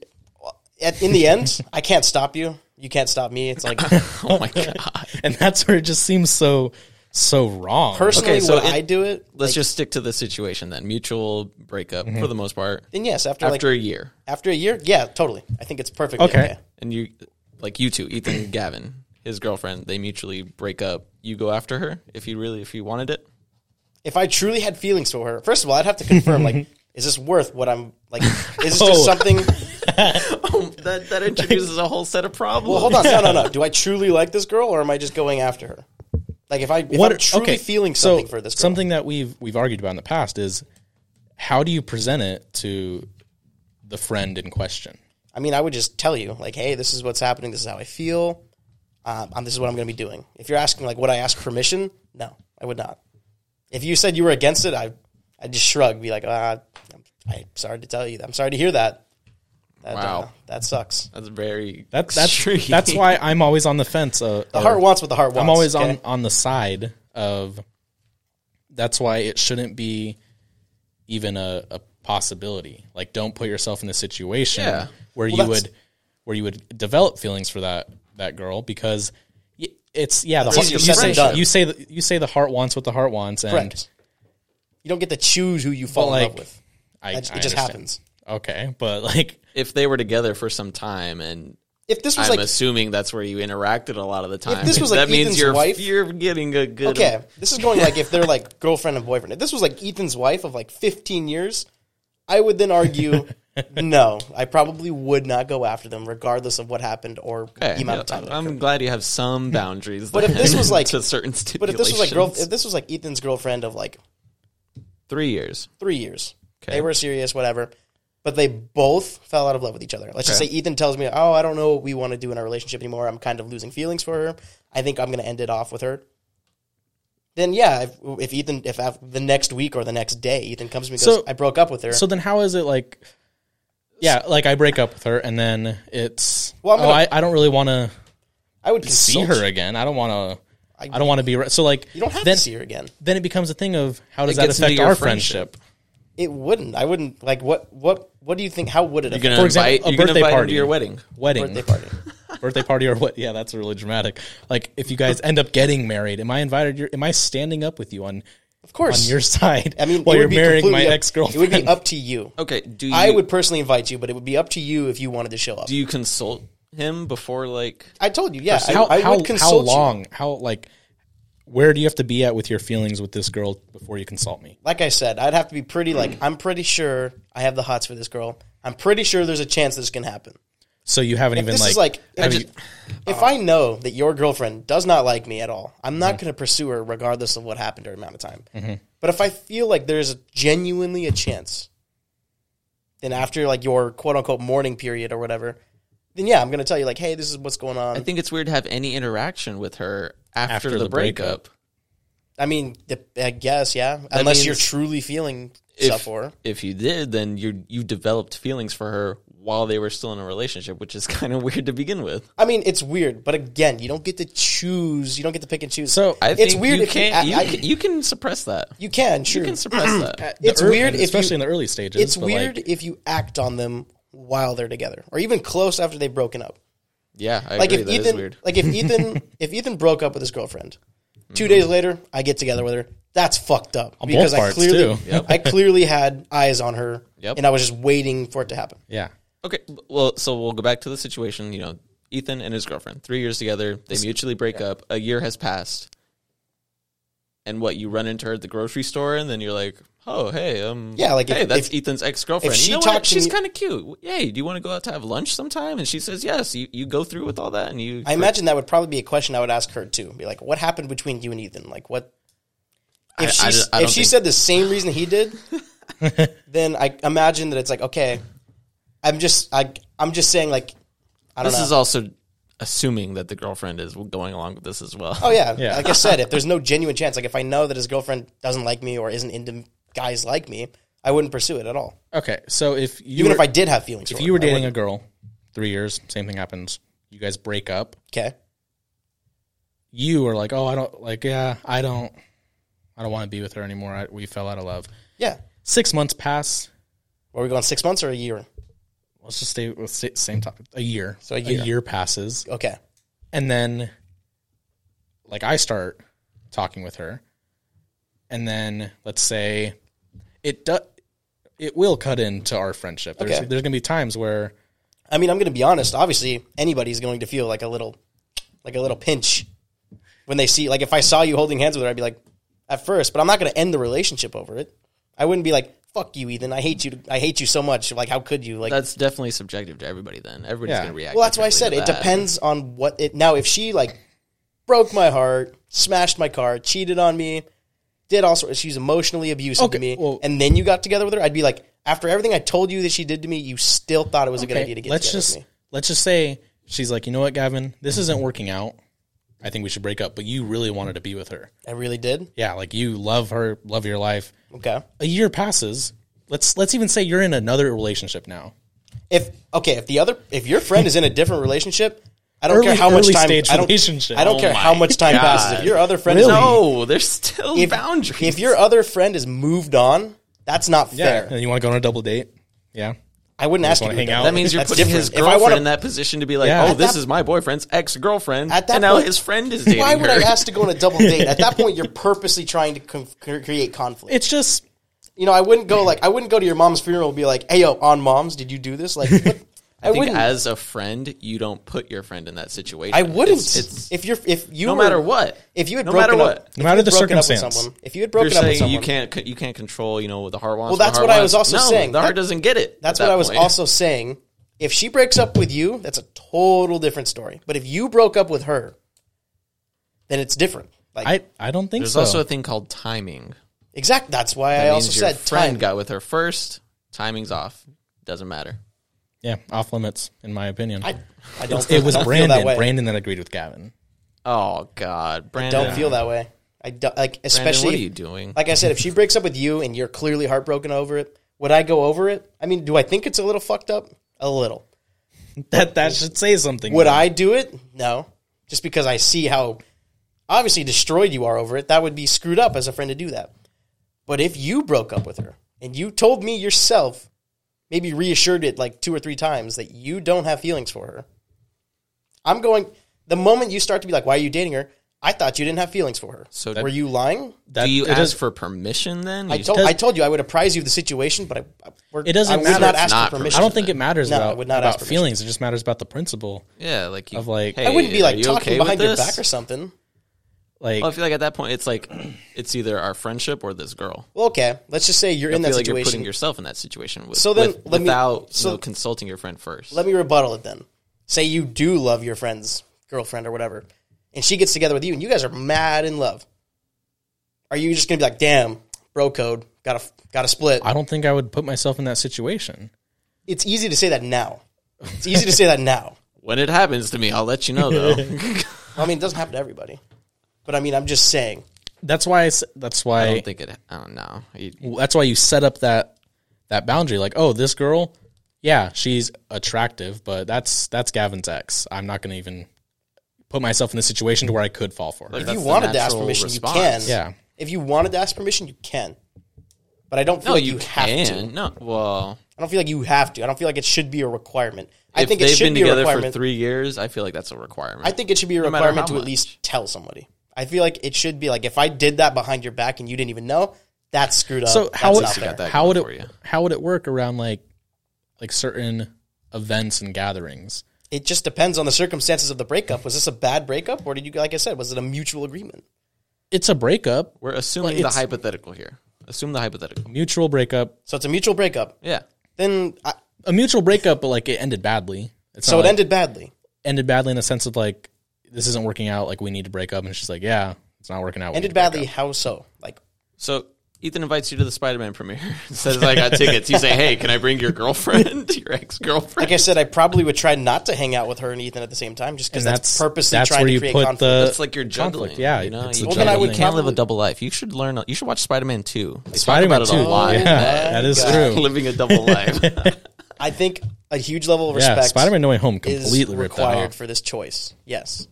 Speaker 2: at, in the end, I can't stop you. You can't stop me. It's like
Speaker 3: Oh my god.
Speaker 1: and that's where it just seems so so wrong.
Speaker 2: personally,
Speaker 3: Okay, so
Speaker 2: would
Speaker 3: it-
Speaker 2: I do it?
Speaker 3: Let's
Speaker 2: like, Mm-hmm.
Speaker 3: just stick to the situation then. Mutual breakup for the most part.
Speaker 2: then yes, after,
Speaker 3: After
Speaker 2: like
Speaker 3: a year.
Speaker 2: after a year, yeah, totally. I think it's perfectly
Speaker 1: Okay.
Speaker 2: okay.
Speaker 3: And you like you two, Ethan Gavin, his girlfriend, they mutually break up. You go after her if you really if you wanted it.
Speaker 2: If I truly had feelings for her, first of all, I'd have to confirm like. Is this worth what I'm like? Is this
Speaker 1: Oh.
Speaker 2: just something?
Speaker 3: Oh, that that introduces a whole set of problems.
Speaker 2: Well, hold on, no, no, no. Do I truly like this girl, or am I just going after her? Like, if I if I'm truly feeling
Speaker 1: so
Speaker 2: something for this girl,
Speaker 1: Something that we've we've argued about in the past is how do you present it to the friend in question?
Speaker 2: I mean, I would just tell you, like, hey, this is what's happening. This is how I feel. Um, and this is what I'm going to be doing. If you're asking, like, would I ask permission? No, I would not. If you said you were against it, I, I'd just shrug, be like, ah, I'm, I'm sorry to tell you. I'm sorry to hear that. that
Speaker 3: Wow.
Speaker 2: uh, that sucks.
Speaker 3: That's very
Speaker 1: That's that's
Speaker 3: extreme.
Speaker 1: that's why I'm always on the fence. Uh,
Speaker 2: The heart wants what the heart wants.
Speaker 1: I'm always
Speaker 2: okay?
Speaker 1: on on the side of. That's why it shouldn't be even a, a possibility. Like, don't put yourself in the situation
Speaker 3: Yeah.
Speaker 1: where you
Speaker 2: that's-
Speaker 1: would where you would develop feelings for that that girl because y- it's yeah. The heart,
Speaker 2: easier
Speaker 1: you,
Speaker 2: said than
Speaker 1: say,
Speaker 2: done.
Speaker 1: you say the, you say the heart wants what the heart wants, and
Speaker 2: Correct. You don't get to choose who you fall in
Speaker 1: like,
Speaker 2: love with.
Speaker 1: I,
Speaker 2: That-
Speaker 1: I
Speaker 2: it just
Speaker 1: understand.
Speaker 2: happens.
Speaker 1: Okay, but like
Speaker 3: if they were together for some time and
Speaker 2: If this was
Speaker 3: I'm
Speaker 2: like,
Speaker 3: assuming that's where you interacted a lot of the time.
Speaker 2: this was, like,
Speaker 3: that means
Speaker 2: Ethan's
Speaker 3: you're
Speaker 2: wife-
Speaker 3: you're getting a good
Speaker 2: okay, this is going like if they're like girlfriend and boyfriend. If this was like Ethan's wife of like 15 years, I would then argue, no, I probably would not go after them, regardless of what happened or
Speaker 3: Okay,
Speaker 2: the amount
Speaker 3: yeah,
Speaker 2: of time. that
Speaker 3: I'm
Speaker 2: occurred.
Speaker 3: glad you have some boundaries.
Speaker 2: But if this was, like-
Speaker 3: to certain stipulations,
Speaker 2: But if this was like girl, if this was like Ethan's girlfriend of like
Speaker 3: three years,
Speaker 2: three years,
Speaker 3: Okay.
Speaker 2: they were serious, whatever. But they both fell out of love with each other. Let's just say Ethan tells me, "Oh, I don't know what we want to do in our relationship anymore. I'm kind of losing feelings for her. I think I'm going to end it off with her." Then yeah, if, if Ethan, if af the next week or the next day, Ethan comes to me, and goes,
Speaker 1: So-
Speaker 2: "I broke up with her."
Speaker 1: So then, how is it like? Yeah, like I break up with her, and then it's
Speaker 2: Well, I'm
Speaker 1: oh,
Speaker 2: gonna-
Speaker 1: I, I don't really want to
Speaker 2: I would
Speaker 1: see
Speaker 2: consult
Speaker 1: her
Speaker 2: you.
Speaker 1: again. I don't want to. I,
Speaker 2: I-
Speaker 1: don't want to be re- so like.
Speaker 2: You don't have
Speaker 1: then,
Speaker 2: to see her again.
Speaker 1: Then it becomes a thing of how does
Speaker 3: It
Speaker 1: that
Speaker 3: gets into
Speaker 1: affect
Speaker 3: your
Speaker 1: our friendship?
Speaker 3: friendship.
Speaker 2: It wouldn't. I wouldn't like what what what do you think? How would it?
Speaker 3: you're
Speaker 2: affect
Speaker 3: gonna
Speaker 1: For
Speaker 3: invite
Speaker 1: example, a
Speaker 3: you're gonna
Speaker 1: birthday
Speaker 3: invite
Speaker 1: party.
Speaker 3: him to your wedding.
Speaker 1: Wedding,
Speaker 2: birthday party?
Speaker 1: birthday party, or what? Yeah, that's really dramatic. Like if you guys end up getting married, am I invited? Your, am I standing up with you on
Speaker 2: Of course.
Speaker 1: on your side?
Speaker 2: I mean,
Speaker 1: while
Speaker 2: it
Speaker 1: you're
Speaker 2: would be
Speaker 1: marrying my
Speaker 2: completely up-
Speaker 1: ex girlfriend,
Speaker 2: It would be up to you.
Speaker 3: Okay, do you
Speaker 2: I would personally invite you, but it would be up to you if you wanted to show up.
Speaker 3: do you consult him before like
Speaker 2: I told you, yeah. I,
Speaker 1: how
Speaker 2: I would
Speaker 1: how, how
Speaker 2: consult you.
Speaker 1: long? How like where do you have to be at with your feelings with this girl before you consult me?
Speaker 2: Like I said, I'd have to be
Speaker 1: Hmm.
Speaker 2: pretty. Like I'm pretty sure I have the hots for this girl. I'm pretty sure there's a chance this can happen.
Speaker 1: So you haven't even
Speaker 2: this
Speaker 1: like,
Speaker 2: is like
Speaker 1: have
Speaker 2: if,
Speaker 1: you-
Speaker 2: if I know that your girlfriend does not like me at all, I'm not
Speaker 1: Hmm.
Speaker 2: going to pursue her regardless of what happened or amount of time.
Speaker 1: Mm-hmm.
Speaker 2: But if I feel like there's genuinely a chance, then after like your quote unquote mourning period or whatever, then yeah, I'm going to tell you like, hey, this is what's going on.
Speaker 3: I think it's weird to have any interaction with her after,
Speaker 1: After
Speaker 3: the,
Speaker 1: the
Speaker 3: breakup.
Speaker 1: breakup.
Speaker 2: I mean, the- I guess yeah.
Speaker 3: means
Speaker 2: Unless you're truly feeling stuff
Speaker 3: If,
Speaker 2: for her.
Speaker 3: if you did, then you you developed feelings for her while they were still in a relationship, which is kind of weird to begin with.
Speaker 2: I mean, it's weird, but again, you don't get to choose. You don't get to pick and choose.
Speaker 1: So, I
Speaker 3: I
Speaker 2: it's
Speaker 3: think
Speaker 2: weird.
Speaker 3: You
Speaker 2: if you,
Speaker 3: can't. You,
Speaker 2: I- I-
Speaker 3: can- you can suppress that.
Speaker 2: you can, sure.
Speaker 3: You can suppress that.
Speaker 1: The
Speaker 2: it's
Speaker 1: ear-
Speaker 2: weird, if
Speaker 1: especially
Speaker 2: you-
Speaker 1: in the early stages.
Speaker 2: it's
Speaker 1: but,
Speaker 2: weird
Speaker 1: Like,
Speaker 2: if you act on them while they're together, or even close after they've broken up.
Speaker 3: Yeah, I
Speaker 2: Like
Speaker 3: agree.
Speaker 2: if
Speaker 3: That is
Speaker 2: Ethan,
Speaker 3: weird.
Speaker 2: like if Ethan, if Ethan broke up with his girlfriend, 2 days later I get together with her. That's fucked up because I
Speaker 1: parts,
Speaker 2: clearly,
Speaker 1: too.
Speaker 2: I clearly had eyes on her,
Speaker 3: Yep.
Speaker 2: and I was just waiting for it to happen.
Speaker 1: yeah,
Speaker 3: Okay, well, so we'll go back to the situation. You know, Ethan and his girlfriend, three years together, they mutually break up. A year has passed, and what you run into her at the grocery store, and then you're like, "Oh, hey, um,
Speaker 2: Yeah, like, if-
Speaker 3: hey, that's
Speaker 2: if-
Speaker 3: Ethan's ex girlfriend.
Speaker 2: if she
Speaker 3: You know
Speaker 2: talked
Speaker 3: what?
Speaker 2: to
Speaker 3: She's
Speaker 2: me-
Speaker 3: kind of cute. Hey, do you want to go out to have lunch sometime?" And she says, "Yes." You you go through with all that, and you
Speaker 2: I imagine that would probably be a question I would ask her too. Be like, what happened between you and Ethan? Like, what?
Speaker 3: I-
Speaker 2: If she,
Speaker 3: I
Speaker 2: s-
Speaker 3: just- I
Speaker 2: if
Speaker 3: don't
Speaker 2: she
Speaker 3: think-
Speaker 2: said the same reason he did, then I imagine that it's like, okay, I'm just, I, I'm just saying, like, I don't
Speaker 3: this
Speaker 2: know.
Speaker 3: is also assuming that the girlfriend is going along with this as well.
Speaker 2: oh yeah.
Speaker 1: Yeah.
Speaker 2: like I said, if there's no genuine chance, like if I know that his girlfriend doesn't like me or isn't into guys like me, I wouldn't pursue it at all.
Speaker 1: okay. So if you
Speaker 2: Even
Speaker 1: were,
Speaker 2: if I did have feelings,
Speaker 1: if
Speaker 2: for
Speaker 1: you were
Speaker 2: her, I
Speaker 1: dating a girl, three years, same thing happens. You guys break up.
Speaker 2: wouldn't. okay,
Speaker 1: You are like, oh, I don't like. Yeah, I don't. I don't want to be with her anymore. I, we fell out of love.
Speaker 2: yeah,
Speaker 1: Six months pass.
Speaker 2: are we going six months or a year?
Speaker 1: Let's just stay with sa- same topic. A year.
Speaker 2: So a year.
Speaker 1: a year passes.
Speaker 2: Okay,
Speaker 1: and then like I start talking with her, and then let's say it do, it will cut into our friendship. There's,
Speaker 2: Okay.
Speaker 1: there's gonna be times where
Speaker 2: I mean, I'm going to be honest. Obviously, anybody's going to feel like a little, like a little pinch when they see. Like, if I saw you holding hands with her, I'd be like, at first. But I'm not going to end the relationship over it. I wouldn't be like, "Fuck you, Ethan. I hate you. I hate you so much. Like, how could you?" Like,
Speaker 3: That's definitely subjective to everybody. Then everybody's
Speaker 1: Yeah.
Speaker 3: gonna react.
Speaker 2: well, that's why I said
Speaker 3: differently
Speaker 2: it
Speaker 3: to that.
Speaker 2: depends on what it. Now, if she like broke my heart, smashed my car, cheated on me, did all sorts, she's emotionally abusive
Speaker 1: Okay,
Speaker 2: to me,
Speaker 1: well-
Speaker 2: and then you got together with her, I'd be like, after everything I told you that she did to me, you still thought it was a good idea to
Speaker 1: okay,
Speaker 2: get
Speaker 1: let's
Speaker 2: together with
Speaker 1: just
Speaker 2: me.
Speaker 1: let's just say she's like, you know what, Gavin, this isn't working out. I think we should break up. But you really wanted to be with her.
Speaker 2: I really did.
Speaker 1: Yeah, like you love her, love your life.
Speaker 2: Okay.
Speaker 1: A year passes. Let's let's even say you're in another relationship now.
Speaker 2: if okay, if the other if your friend is in a different relationship, I don't
Speaker 1: Early-
Speaker 2: care how much
Speaker 1: early
Speaker 2: time
Speaker 1: stage
Speaker 2: I don't,
Speaker 1: relationship.
Speaker 2: I don't
Speaker 1: Oh
Speaker 2: care
Speaker 3: my
Speaker 2: how much time
Speaker 3: God.
Speaker 2: passes. If your other friend is
Speaker 3: No, there's still
Speaker 2: if,
Speaker 3: boundaries.
Speaker 2: if your other friend is moved on, that's not fair.
Speaker 1: And you want to go on a double date? Yeah.
Speaker 2: I wouldn't ask you
Speaker 1: wanna
Speaker 2: to
Speaker 1: hang
Speaker 2: do
Speaker 1: out.
Speaker 3: that means you're
Speaker 2: That's
Speaker 3: putting
Speaker 2: different.
Speaker 3: his
Speaker 2: If I
Speaker 3: girlfriend
Speaker 2: wanna-
Speaker 3: in that position to be like,
Speaker 1: Yeah.
Speaker 3: oh, this
Speaker 2: that-
Speaker 3: is my boyfriend's ex girlfriend,
Speaker 2: At
Speaker 3: and
Speaker 2: that
Speaker 3: now
Speaker 2: point-
Speaker 3: his friend is dating
Speaker 2: Why would
Speaker 3: her.
Speaker 2: I ask to go on a double date? At that point, you're purposely trying to con- create conflict.
Speaker 1: It's just
Speaker 2: You know, I wouldn't go like I wouldn't go to your mom's funeral and be like, "Hey, yo, on mom's, did you do this?" Like, what? I,
Speaker 3: I think
Speaker 2: wouldn't.
Speaker 3: as a friend, you don't put your friend in that situation.
Speaker 2: I wouldn't.
Speaker 3: It's, it's-
Speaker 2: if you're, if you,
Speaker 3: no
Speaker 2: were-
Speaker 3: matter what.
Speaker 2: if you had
Speaker 3: no
Speaker 2: broken up,
Speaker 3: matter what.
Speaker 2: if
Speaker 1: No
Speaker 2: you
Speaker 1: matter
Speaker 2: had
Speaker 1: the
Speaker 2: broken up with
Speaker 1: circumstance.
Speaker 2: someone, if you had
Speaker 3: You're
Speaker 2: broken up with
Speaker 3: saying
Speaker 2: someone,
Speaker 3: you can't c- you can't control you know the heart wants.
Speaker 2: Well,
Speaker 3: the
Speaker 2: that's
Speaker 3: heart
Speaker 2: what I was
Speaker 3: wants.
Speaker 2: also
Speaker 3: No,
Speaker 2: saying.
Speaker 3: The heart
Speaker 2: That-
Speaker 3: doesn't get it.
Speaker 2: That's
Speaker 3: at
Speaker 2: what
Speaker 3: that
Speaker 2: I was
Speaker 3: point.
Speaker 2: also saying. If she breaks up with you, that's a total different story. But if you broke up with her, then it's different. Like
Speaker 1: I I don't think
Speaker 3: There's
Speaker 1: so.
Speaker 3: also a thing called timing.
Speaker 2: exact. That's why I
Speaker 3: That
Speaker 2: also
Speaker 3: means your
Speaker 2: said
Speaker 3: friend
Speaker 2: time.
Speaker 3: got with her first. Timing's off. Doesn't matter.
Speaker 1: yeah, off limits in my opinion.
Speaker 2: I, I don't.
Speaker 1: it was
Speaker 2: I don't Feel that
Speaker 1: Brandon.
Speaker 2: way.
Speaker 1: Brandon that agreed with Gavin.
Speaker 3: Oh God, Brandon.
Speaker 2: Don't feel that way. I don't, like
Speaker 3: Brandon,
Speaker 2: especially
Speaker 3: what are you doing?
Speaker 2: like I said. If she breaks up with you and you're clearly heartbroken over it, would I go over it? I mean, do I think it's a little fucked up? A little.
Speaker 1: That that should say something.
Speaker 2: Would I do it? No. Just because I see how obviously destroyed you are over it, that would be screwed up as a friend to do that. But if you broke up with her and you told me yourself, maybe reassured it like two or three times that you don't have feelings for her, I'm going, the moment you start to be like, why are you dating her? I thought you didn't have feelings for her.
Speaker 3: So
Speaker 2: So were you lying?
Speaker 1: That-
Speaker 3: do you
Speaker 1: it
Speaker 3: ask
Speaker 1: does-
Speaker 3: for permission then?
Speaker 2: I
Speaker 3: You-
Speaker 2: told,
Speaker 1: does-
Speaker 2: I told you I would apprise you of the situation, but I, I- we're,
Speaker 1: It doesn't
Speaker 2: I would
Speaker 1: matter.
Speaker 2: not
Speaker 1: It's
Speaker 2: ask
Speaker 3: not
Speaker 2: for
Speaker 3: for-
Speaker 2: permission.
Speaker 1: I don't think it matters
Speaker 2: No,
Speaker 1: about,
Speaker 2: I would not ask
Speaker 1: about
Speaker 2: permission.
Speaker 1: feelings. It just matters about the principle.
Speaker 3: yeah, like you,
Speaker 1: Of like- I
Speaker 2: I wouldn't be
Speaker 3: hey,
Speaker 2: like
Speaker 3: are you
Speaker 2: talking
Speaker 3: okay with
Speaker 2: behind your
Speaker 3: this?
Speaker 2: back or something.
Speaker 1: Like
Speaker 3: Well, I feel like at that point, it's like it's either our friendship or this girl.
Speaker 2: Well, okay. Let's just say you're in
Speaker 3: I
Speaker 2: that
Speaker 3: feel like you're
Speaker 2: situation.
Speaker 3: putting yourself in that situation. With,
Speaker 2: So then,
Speaker 3: with-
Speaker 2: let me-
Speaker 3: without
Speaker 2: so-
Speaker 3: you know, consulting your friend first.
Speaker 2: Let me rebuttal it then. Say you do love your friend's girlfriend or whatever, and she gets together with you, and you guys are mad in love. Are you just gonna be like, "Damn, bro code, gotta gotta split"?
Speaker 1: I don't think I would put myself in that situation.
Speaker 2: It's easy to say that now. It's easy to say that now.
Speaker 3: when it happens to me, I'll let you know though.
Speaker 2: I mean, it doesn't happen to everybody, but I mean, I'm just saying
Speaker 1: that's why I, s- that's
Speaker 3: I
Speaker 1: why
Speaker 3: don't think it. I don't know. You-
Speaker 1: that's why you set up that that boundary like oh this girl yeah she's attractive but that's that's gavin's ex i'm not going to even put myself in the situation to where i could fall for her
Speaker 3: Like,
Speaker 2: If you
Speaker 3: That's the
Speaker 2: wanted to ask
Speaker 3: natural
Speaker 2: permission,
Speaker 3: response.
Speaker 2: you can.
Speaker 1: Yeah.
Speaker 2: If you wanted to ask permission, you can. But I don't feel
Speaker 3: No,
Speaker 2: like
Speaker 3: you,
Speaker 2: you, have
Speaker 3: can.
Speaker 2: to.
Speaker 3: No, well,
Speaker 2: I don't feel like you have to. I don't feel like it should be a requirement. I
Speaker 3: if
Speaker 2: think it
Speaker 3: they've
Speaker 2: should
Speaker 3: been
Speaker 2: be a
Speaker 3: together
Speaker 2: requirement.
Speaker 3: for three years, I feel like that's a requirement.
Speaker 2: I think it should be a
Speaker 3: matter
Speaker 2: requirement
Speaker 3: how
Speaker 2: to at
Speaker 3: much.
Speaker 2: least tell somebody. I feel like it should be like if I did that behind your back and you didn't even know, that's screwed up.
Speaker 1: so how would,
Speaker 2: that's not
Speaker 3: got
Speaker 2: fair.
Speaker 3: that
Speaker 1: how would
Speaker 3: going for
Speaker 1: it
Speaker 3: you.
Speaker 1: how would it work around like like certain events and gatherings
Speaker 2: It just depends on the circumstances of the breakup. Was this a bad breakup, or did you, like I said, was it a mutual agreement?
Speaker 1: it's a breakup
Speaker 3: we're assuming the
Speaker 1: it's-
Speaker 3: hypothetical here. Assume the hypothetical.
Speaker 1: mutual breakup
Speaker 2: So it's a mutual breakup.
Speaker 3: Yeah.
Speaker 2: Then, I,
Speaker 1: a mutual breakup but like it ended badly it's
Speaker 2: so
Speaker 1: not
Speaker 2: it
Speaker 1: like-
Speaker 2: ended badly.
Speaker 1: ended badly in the sense of like this isn't working out like we need to break up and she's like yeah it's not working out we
Speaker 2: Ended
Speaker 1: need to break
Speaker 2: badly. How so? Like
Speaker 3: So Ethan invites you to the Spider Man premiere. Says I got tickets. You say, Hey, can I bring your girlfriend? your ex girlfriend?
Speaker 2: like I said, I probably would try not to hang out with her and Ethan at the same time, just because
Speaker 1: And
Speaker 2: that's, purposely trying to create conflict.
Speaker 3: It's like you're juggling.
Speaker 1: conflict, yeah,
Speaker 3: you know,
Speaker 1: it's
Speaker 3: you,
Speaker 1: a
Speaker 2: Well, then I
Speaker 3: you
Speaker 2: would
Speaker 1: juggling.
Speaker 3: can't
Speaker 2: probably-
Speaker 3: live a double life. You should learn. You should watch Spider Man Two. They
Speaker 1: Spider Man
Speaker 3: talk
Speaker 1: too.
Speaker 3: about it a lot.
Speaker 1: yeah, that is
Speaker 2: God.
Speaker 1: true.
Speaker 3: Living a double life.
Speaker 2: I think a huge level of respect.
Speaker 1: Yeah, Spider Man No Way Home
Speaker 2: is
Speaker 1: completely ripped that
Speaker 2: required
Speaker 1: off.
Speaker 2: for this choice. Yes.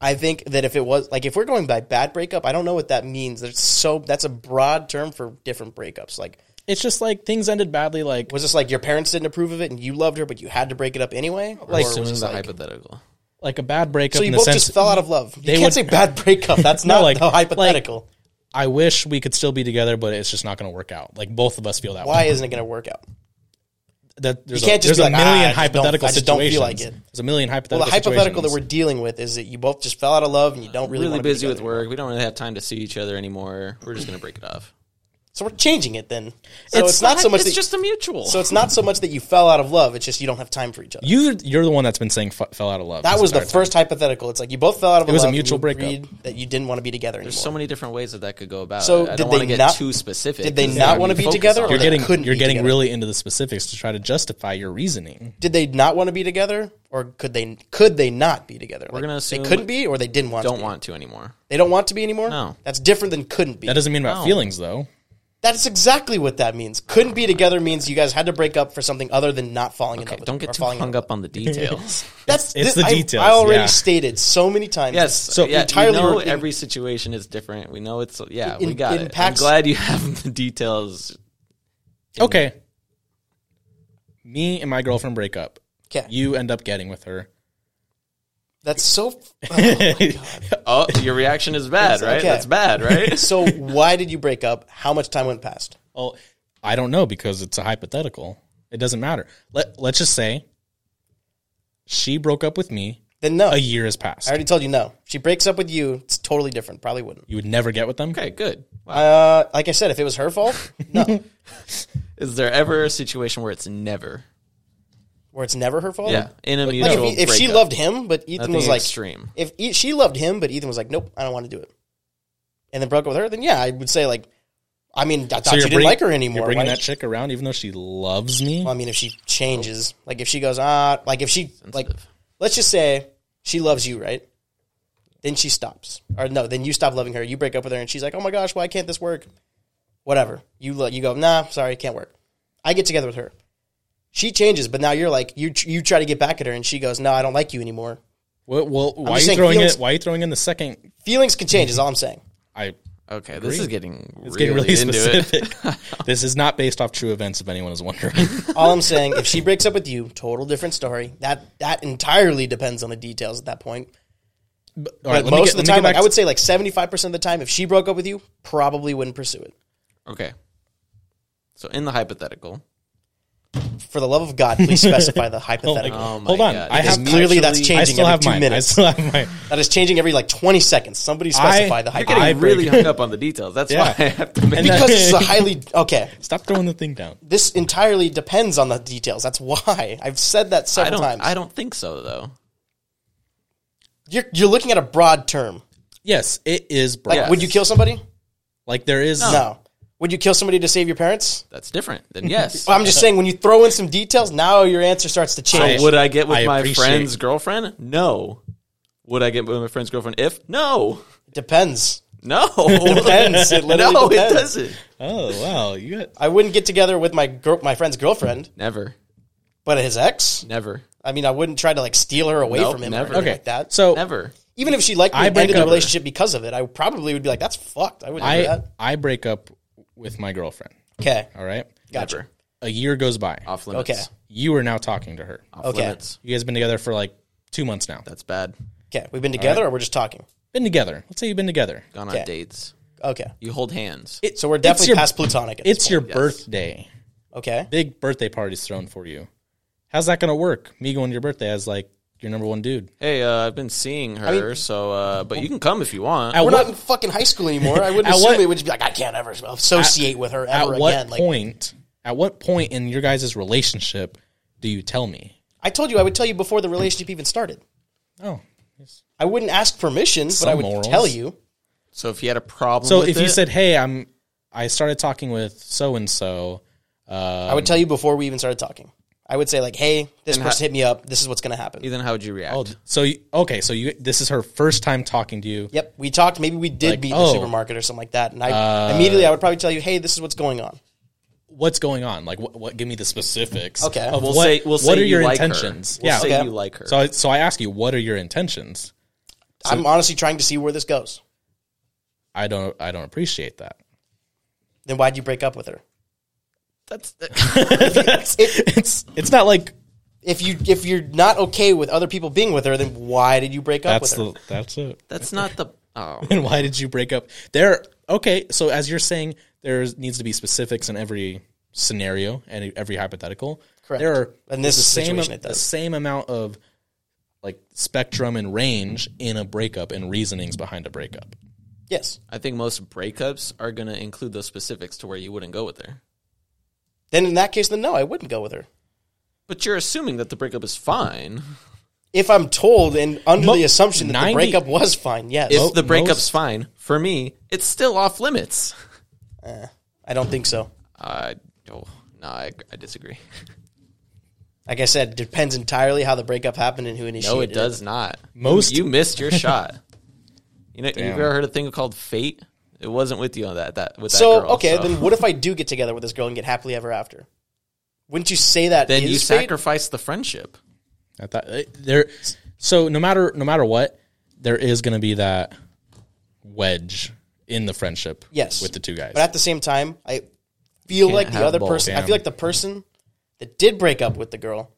Speaker 2: I think that if it was like if we're going by bad breakup, I don't know what that means. There's so that's a broad term for different breakups. Like
Speaker 1: It's just like things ended badly. Like
Speaker 2: was this like your parents didn't approve of it and you loved her but you had to break it up anyway?
Speaker 3: Like,
Speaker 2: Like
Speaker 3: assuming
Speaker 2: so
Speaker 3: the
Speaker 2: like-
Speaker 3: hypothetical.
Speaker 1: like a bad breakup.
Speaker 2: so
Speaker 1: in
Speaker 2: you
Speaker 1: the
Speaker 2: both
Speaker 1: sense,
Speaker 2: just fell out of love. You
Speaker 1: they
Speaker 2: can't
Speaker 1: would-
Speaker 2: say bad breakup. That's
Speaker 1: No,
Speaker 2: not
Speaker 1: like-
Speaker 2: the hypothetical.
Speaker 1: I wish we could still be together, but it's just not going to work out. Like both of us feel that way.
Speaker 2: Why isn't it going to work out?
Speaker 1: That there's
Speaker 2: You can't
Speaker 1: a,
Speaker 2: just
Speaker 1: there's a
Speaker 2: be like, "Ah, I
Speaker 1: million
Speaker 2: just don't-
Speaker 1: hypothetical
Speaker 2: I just don't
Speaker 1: situations.
Speaker 2: feel like it.
Speaker 1: There's a million hypothetical.
Speaker 2: Well, the hypothetical that we're
Speaker 1: situations.
Speaker 2: dealing with is that you both just fell out of love and you don't really,
Speaker 3: Really,
Speaker 2: want to
Speaker 3: busy
Speaker 2: be
Speaker 3: with
Speaker 2: together.
Speaker 3: work. We don't really have time to see each other anymore. We're just gonna break it off.
Speaker 2: So we're changing it then. So it's, not, so much.
Speaker 3: It's
Speaker 2: that,
Speaker 3: just a mutual.
Speaker 2: so it's not so much that you fell out of love. It's just you don't have time for each other.
Speaker 1: you you're the one that's been saying f- fell out of love.
Speaker 2: That
Speaker 1: this
Speaker 2: was the
Speaker 1: entire time.
Speaker 2: first hypothetical. It's like you both fell out of it
Speaker 1: was a
Speaker 2: love and
Speaker 1: mutual
Speaker 2: you
Speaker 1: breakup.
Speaker 2: agreed that you didn't want to be together anymore.
Speaker 3: There's so many different ways that that could go about.
Speaker 2: So
Speaker 3: I,
Speaker 2: did
Speaker 3: I don't want
Speaker 2: they
Speaker 3: to get
Speaker 2: not-
Speaker 3: too specific.
Speaker 2: did they
Speaker 3: 'cause
Speaker 2: not
Speaker 3: then
Speaker 2: wanna
Speaker 3: you
Speaker 2: be
Speaker 3: focus
Speaker 2: together, or
Speaker 3: on
Speaker 2: they
Speaker 1: You're
Speaker 3: it.
Speaker 2: that
Speaker 1: getting
Speaker 2: couldn't
Speaker 1: you're
Speaker 2: be
Speaker 1: getting
Speaker 2: together.
Speaker 1: really into the specifics to try to justify your reasoning.
Speaker 2: did they not want to be together, or could they could they not be together? We're
Speaker 3: gonna assume
Speaker 2: they couldn't be, or they didn't want. to
Speaker 3: don't
Speaker 2: be.
Speaker 3: want to anymore.
Speaker 2: They don't want to be anymore.
Speaker 3: No.
Speaker 2: that's different than couldn't be.
Speaker 1: That doesn't mean about
Speaker 3: No.
Speaker 1: feelings though.
Speaker 2: That's exactly what that means. Couldn't be together means you guys had to break up for something other than not falling in
Speaker 3: Okay,
Speaker 2: love.
Speaker 3: don't
Speaker 2: with,
Speaker 3: get
Speaker 2: or
Speaker 3: too
Speaker 2: falling in
Speaker 3: hung
Speaker 2: love.
Speaker 3: up on the details.
Speaker 2: That's
Speaker 1: It's
Speaker 2: this-
Speaker 1: the
Speaker 2: I-
Speaker 1: details,
Speaker 2: I, already
Speaker 1: yeah.
Speaker 2: stated so many times.
Speaker 3: yes.
Speaker 1: So
Speaker 3: So yeah,
Speaker 2: entirely
Speaker 3: entirely, we know
Speaker 2: working-
Speaker 3: every situation is different. We know it's yeah.
Speaker 2: It-
Speaker 3: we got it. I'm
Speaker 2: impacts-
Speaker 3: glad you have the details.
Speaker 1: Okay. Me and my girlfriend break up.
Speaker 2: Okay.
Speaker 1: You end up getting with her.
Speaker 2: that's so.
Speaker 3: Oh, your reaction is bad, right?
Speaker 2: okay.
Speaker 3: That's bad, right?
Speaker 2: so why did you break up? How much time went past?
Speaker 1: Oh, I don't know because it's a hypothetical. It doesn't matter. Let Let's just say she broke up with me.
Speaker 2: Then no.
Speaker 1: A year has passed.
Speaker 2: I already told you no. She breaks up with you. It's totally different. Probably wouldn't.
Speaker 1: you would never get with them.
Speaker 3: okay, good. Wow.
Speaker 2: Uh, like I said, if it was her fault, no.
Speaker 3: Is there ever a situation where it's never?
Speaker 2: Where it's never her fault.
Speaker 3: Yeah, in a
Speaker 2: Oh. Like
Speaker 3: mutual.
Speaker 2: if, if she
Speaker 3: breakup.
Speaker 2: loved him, but Ethan
Speaker 3: That'd
Speaker 2: was
Speaker 3: be
Speaker 2: like,
Speaker 3: extreme.
Speaker 2: if e- she loved him, but Ethan was like, nope, I don't want to do it, and then broke up with her, then yeah, I would say like, I mean, I thought you didn't
Speaker 1: bring-
Speaker 2: like her anymore.
Speaker 1: You're bringing
Speaker 2: Why-
Speaker 1: that chick around, even though she loves me.
Speaker 2: Well, I mean, if she changes, like if she goes, ah, like if she, like,
Speaker 3: Sensitive.
Speaker 2: let's just say she loves you, right? Then she stops, or no, then you stop loving her. You break up with her, and she's like, oh my gosh, why can't this work? Whatever. You lo- you go, nah, sorry, can't work. I get together with her. She changes, but now you're like you tr- you try to get back at her, and she goes, no, I don't like you anymore.
Speaker 1: well, well, why are
Speaker 2: just
Speaker 1: you
Speaker 2: saying
Speaker 1: throwing
Speaker 2: feelings-
Speaker 1: it? Why are you throwing in the second?
Speaker 2: Feelings can change, is all I'm saying.
Speaker 1: I.
Speaker 3: Okay, this is getting
Speaker 1: It's
Speaker 3: really,
Speaker 1: getting really
Speaker 3: into it.
Speaker 1: specific. this is not based off true events. If anyone is wondering,
Speaker 2: All I'm saying, if she breaks up with you, total different story. That that entirely depends on the details at that point.
Speaker 1: All right,
Speaker 2: But
Speaker 1: let me
Speaker 2: most
Speaker 1: get- let
Speaker 2: of the
Speaker 1: me get
Speaker 2: time, like,
Speaker 1: back
Speaker 2: I
Speaker 1: to-
Speaker 2: would say like 75% of the time, if she broke up with you, probably wouldn't pursue it.
Speaker 3: Okay. So in the hypothetical,
Speaker 2: For the love of God, please specify the hypothetical.
Speaker 3: oh my
Speaker 1: Hold on,
Speaker 3: God.
Speaker 1: I
Speaker 3: Because
Speaker 1: have
Speaker 2: clearly that's
Speaker 1: actually- I
Speaker 2: changing
Speaker 1: still
Speaker 2: every
Speaker 1: have
Speaker 2: two
Speaker 1: mine.
Speaker 2: minutes.
Speaker 1: I still have mine.
Speaker 2: That is changing every like 20 seconds. Somebody specify the
Speaker 1: you're
Speaker 3: you're
Speaker 2: hypothetical.
Speaker 3: getting
Speaker 1: I
Speaker 3: really
Speaker 1: break-
Speaker 3: hung up on the details. That's
Speaker 1: Yeah.
Speaker 3: why I have to make
Speaker 1: And that-
Speaker 2: Because it's a highly, okay,
Speaker 1: Stop throwing the thing down.
Speaker 2: this entirely depends on the details. That's why. I've said that
Speaker 3: I
Speaker 2: several
Speaker 3: don't.
Speaker 2: times.
Speaker 3: I don't think so though.
Speaker 2: you're, you're looking at a broad term.
Speaker 1: Yes, it is broad.
Speaker 2: Like,
Speaker 1: Like,
Speaker 2: would you kill somebody?
Speaker 1: there is
Speaker 2: No. Would you kill somebody to save your parents?
Speaker 3: That's different. Then yes.
Speaker 2: Well, I'm just saying, when you throw in some details, now your answer starts to change.
Speaker 3: would I get with
Speaker 1: I
Speaker 3: my
Speaker 1: appreciate-
Speaker 3: friend's girlfriend? No. Would I get with my friend's girlfriend if? No.
Speaker 2: Depends.
Speaker 3: No,
Speaker 2: It depends. It literally
Speaker 3: no,
Speaker 2: depends.
Speaker 3: it doesn't.
Speaker 1: Oh wow, you got
Speaker 2: I wouldn't get together with my girl, my friend's girlfriend,
Speaker 3: Never,
Speaker 2: but his ex.
Speaker 3: never,
Speaker 2: I mean, I wouldn't try to like steal her away
Speaker 3: Nope,
Speaker 2: from him
Speaker 3: never.
Speaker 2: or anything
Speaker 1: okay.
Speaker 2: like that.
Speaker 1: So
Speaker 3: never.
Speaker 2: even if she liked me
Speaker 1: I
Speaker 2: and
Speaker 1: break
Speaker 2: ended the
Speaker 1: up-
Speaker 2: relationship because of it, I probably would be like, "That's fucked." I wouldn't do
Speaker 1: I
Speaker 2: that.
Speaker 1: I break up with my girlfriend.
Speaker 2: Okay,
Speaker 1: All right.
Speaker 2: gotcha.
Speaker 3: Never.
Speaker 1: A year goes by.
Speaker 3: Off limits.
Speaker 2: Okay.
Speaker 1: You are now talking to her.
Speaker 3: Off
Speaker 2: Okay.
Speaker 3: limits.
Speaker 1: You guys been together for like two months now.
Speaker 3: That's bad.
Speaker 2: Okay, we've been together, or we're just talking.
Speaker 1: Been together. Let's say you've been together.
Speaker 3: Gone
Speaker 2: Okay.
Speaker 3: on dates.
Speaker 2: Okay,
Speaker 3: You hold hands.
Speaker 2: so we're
Speaker 1: It's
Speaker 2: definitely
Speaker 1: your-
Speaker 2: past platonic. At this
Speaker 1: It's your
Speaker 3: Yes.
Speaker 1: birthday.
Speaker 2: point. okay.
Speaker 1: Big birthday party's thrown for you. How's that gonna work? Me going to your birthday as like your number one dude.
Speaker 3: hey, uh, I've been seeing her, so uh, but you can come if you want.
Speaker 1: At
Speaker 2: We're
Speaker 1: what
Speaker 2: not in fucking high school anymore. I wouldn't
Speaker 1: At
Speaker 2: assume
Speaker 1: what-
Speaker 2: it would just be like, "I can't ever associate with her
Speaker 1: at
Speaker 2: ever
Speaker 1: what
Speaker 2: again." Like,
Speaker 1: point at what point in your guys' relationship do you tell me?
Speaker 2: I told you, I would tell you before the relationship even started.
Speaker 1: Oh.
Speaker 2: I wouldn't ask permission, but I would
Speaker 1: morals.
Speaker 2: tell you.
Speaker 3: so if you had a problem,
Speaker 1: So
Speaker 3: with
Speaker 1: if you
Speaker 3: it-
Speaker 1: said, Hey, I'm I started talking with so and so uh
Speaker 2: I would tell you before we even started talking. I would say like, "Hey, this person hit me up. This is what's going to happen."
Speaker 3: then how would you react?
Speaker 1: so you, okay, so you this is her first time talking to you.
Speaker 2: Yep, we talked. Maybe we did meet in the
Speaker 1: oh. Uh,
Speaker 2: supermarket or something like that. And I immediately, I would probably tell you, "Hey, this is what's going on."
Speaker 1: What's going on? Like what, what give me the specifics.
Speaker 2: Okay.
Speaker 1: Of
Speaker 3: We'll
Speaker 1: what,
Speaker 3: say- we'll
Speaker 1: what
Speaker 3: say
Speaker 1: are
Speaker 3: you
Speaker 1: your
Speaker 3: like her.
Speaker 1: intentions?
Speaker 3: We'll
Speaker 1: yeah.
Speaker 3: say
Speaker 2: okay.
Speaker 3: you like her.
Speaker 1: So I, so I ask you, what are your intentions?
Speaker 2: I'm honestly trying to see where this goes.
Speaker 1: I don't I don't appreciate that.
Speaker 2: Then why'd you break up with her?
Speaker 3: that's
Speaker 1: That's- it's it's not like
Speaker 2: If you if you're not okay with other people being with her, then why did you break up
Speaker 1: that's
Speaker 2: with her?
Speaker 1: the that's it.
Speaker 3: that's not the. Oh,
Speaker 1: And why did you break up? There okay, so as you're saying there needs to be specifics in every scenario and every hypothetical.
Speaker 2: Correct.
Speaker 1: There are
Speaker 2: And this
Speaker 1: the
Speaker 2: is the
Speaker 1: same
Speaker 2: situation it
Speaker 1: the
Speaker 2: does.
Speaker 1: same amount of like spectrum and range in a breakup and reasonings behind a breakup.
Speaker 2: Yes.
Speaker 3: I think most breakups are going to include those specifics to where you wouldn't go with her.
Speaker 2: Then in that case, then no, I wouldn't go with her.
Speaker 3: But you're assuming that the breakup is fine.
Speaker 2: If I'm told and under
Speaker 1: Mo-
Speaker 2: the assumption that
Speaker 1: 90
Speaker 2: the breakup was fine, yes.
Speaker 3: If
Speaker 1: Mo-
Speaker 3: the breakup's
Speaker 1: most-
Speaker 3: fine, for me, it's still off limits.
Speaker 2: I don't think so.
Speaker 3: I oh, no, I, I disagree.
Speaker 2: Like I said, it depends entirely how the breakup happened and who initiated
Speaker 3: No, it does not.
Speaker 1: Most-
Speaker 3: you missed your shot. You know,
Speaker 1: Damn.
Speaker 3: you've ever heard a thing called fate? It wasn't with you on that. That with that
Speaker 2: So
Speaker 3: girl,
Speaker 2: okay,
Speaker 3: so.
Speaker 2: then what if I do get together with this girl and get happily ever after? Wouldn't you say that?
Speaker 3: then
Speaker 2: is
Speaker 3: you
Speaker 2: fate?
Speaker 3: sacrifice the friendship.
Speaker 1: I thought eh, there. So no matter no matter what, there is going to be that wedge in the friendship.
Speaker 2: Yes.
Speaker 1: with the two guys.
Speaker 2: But at the same time, I feel
Speaker 3: Can't
Speaker 2: like the
Speaker 3: have
Speaker 2: other
Speaker 3: both,
Speaker 2: person. I
Speaker 1: damn.
Speaker 2: feel like the person that did break up with the girl.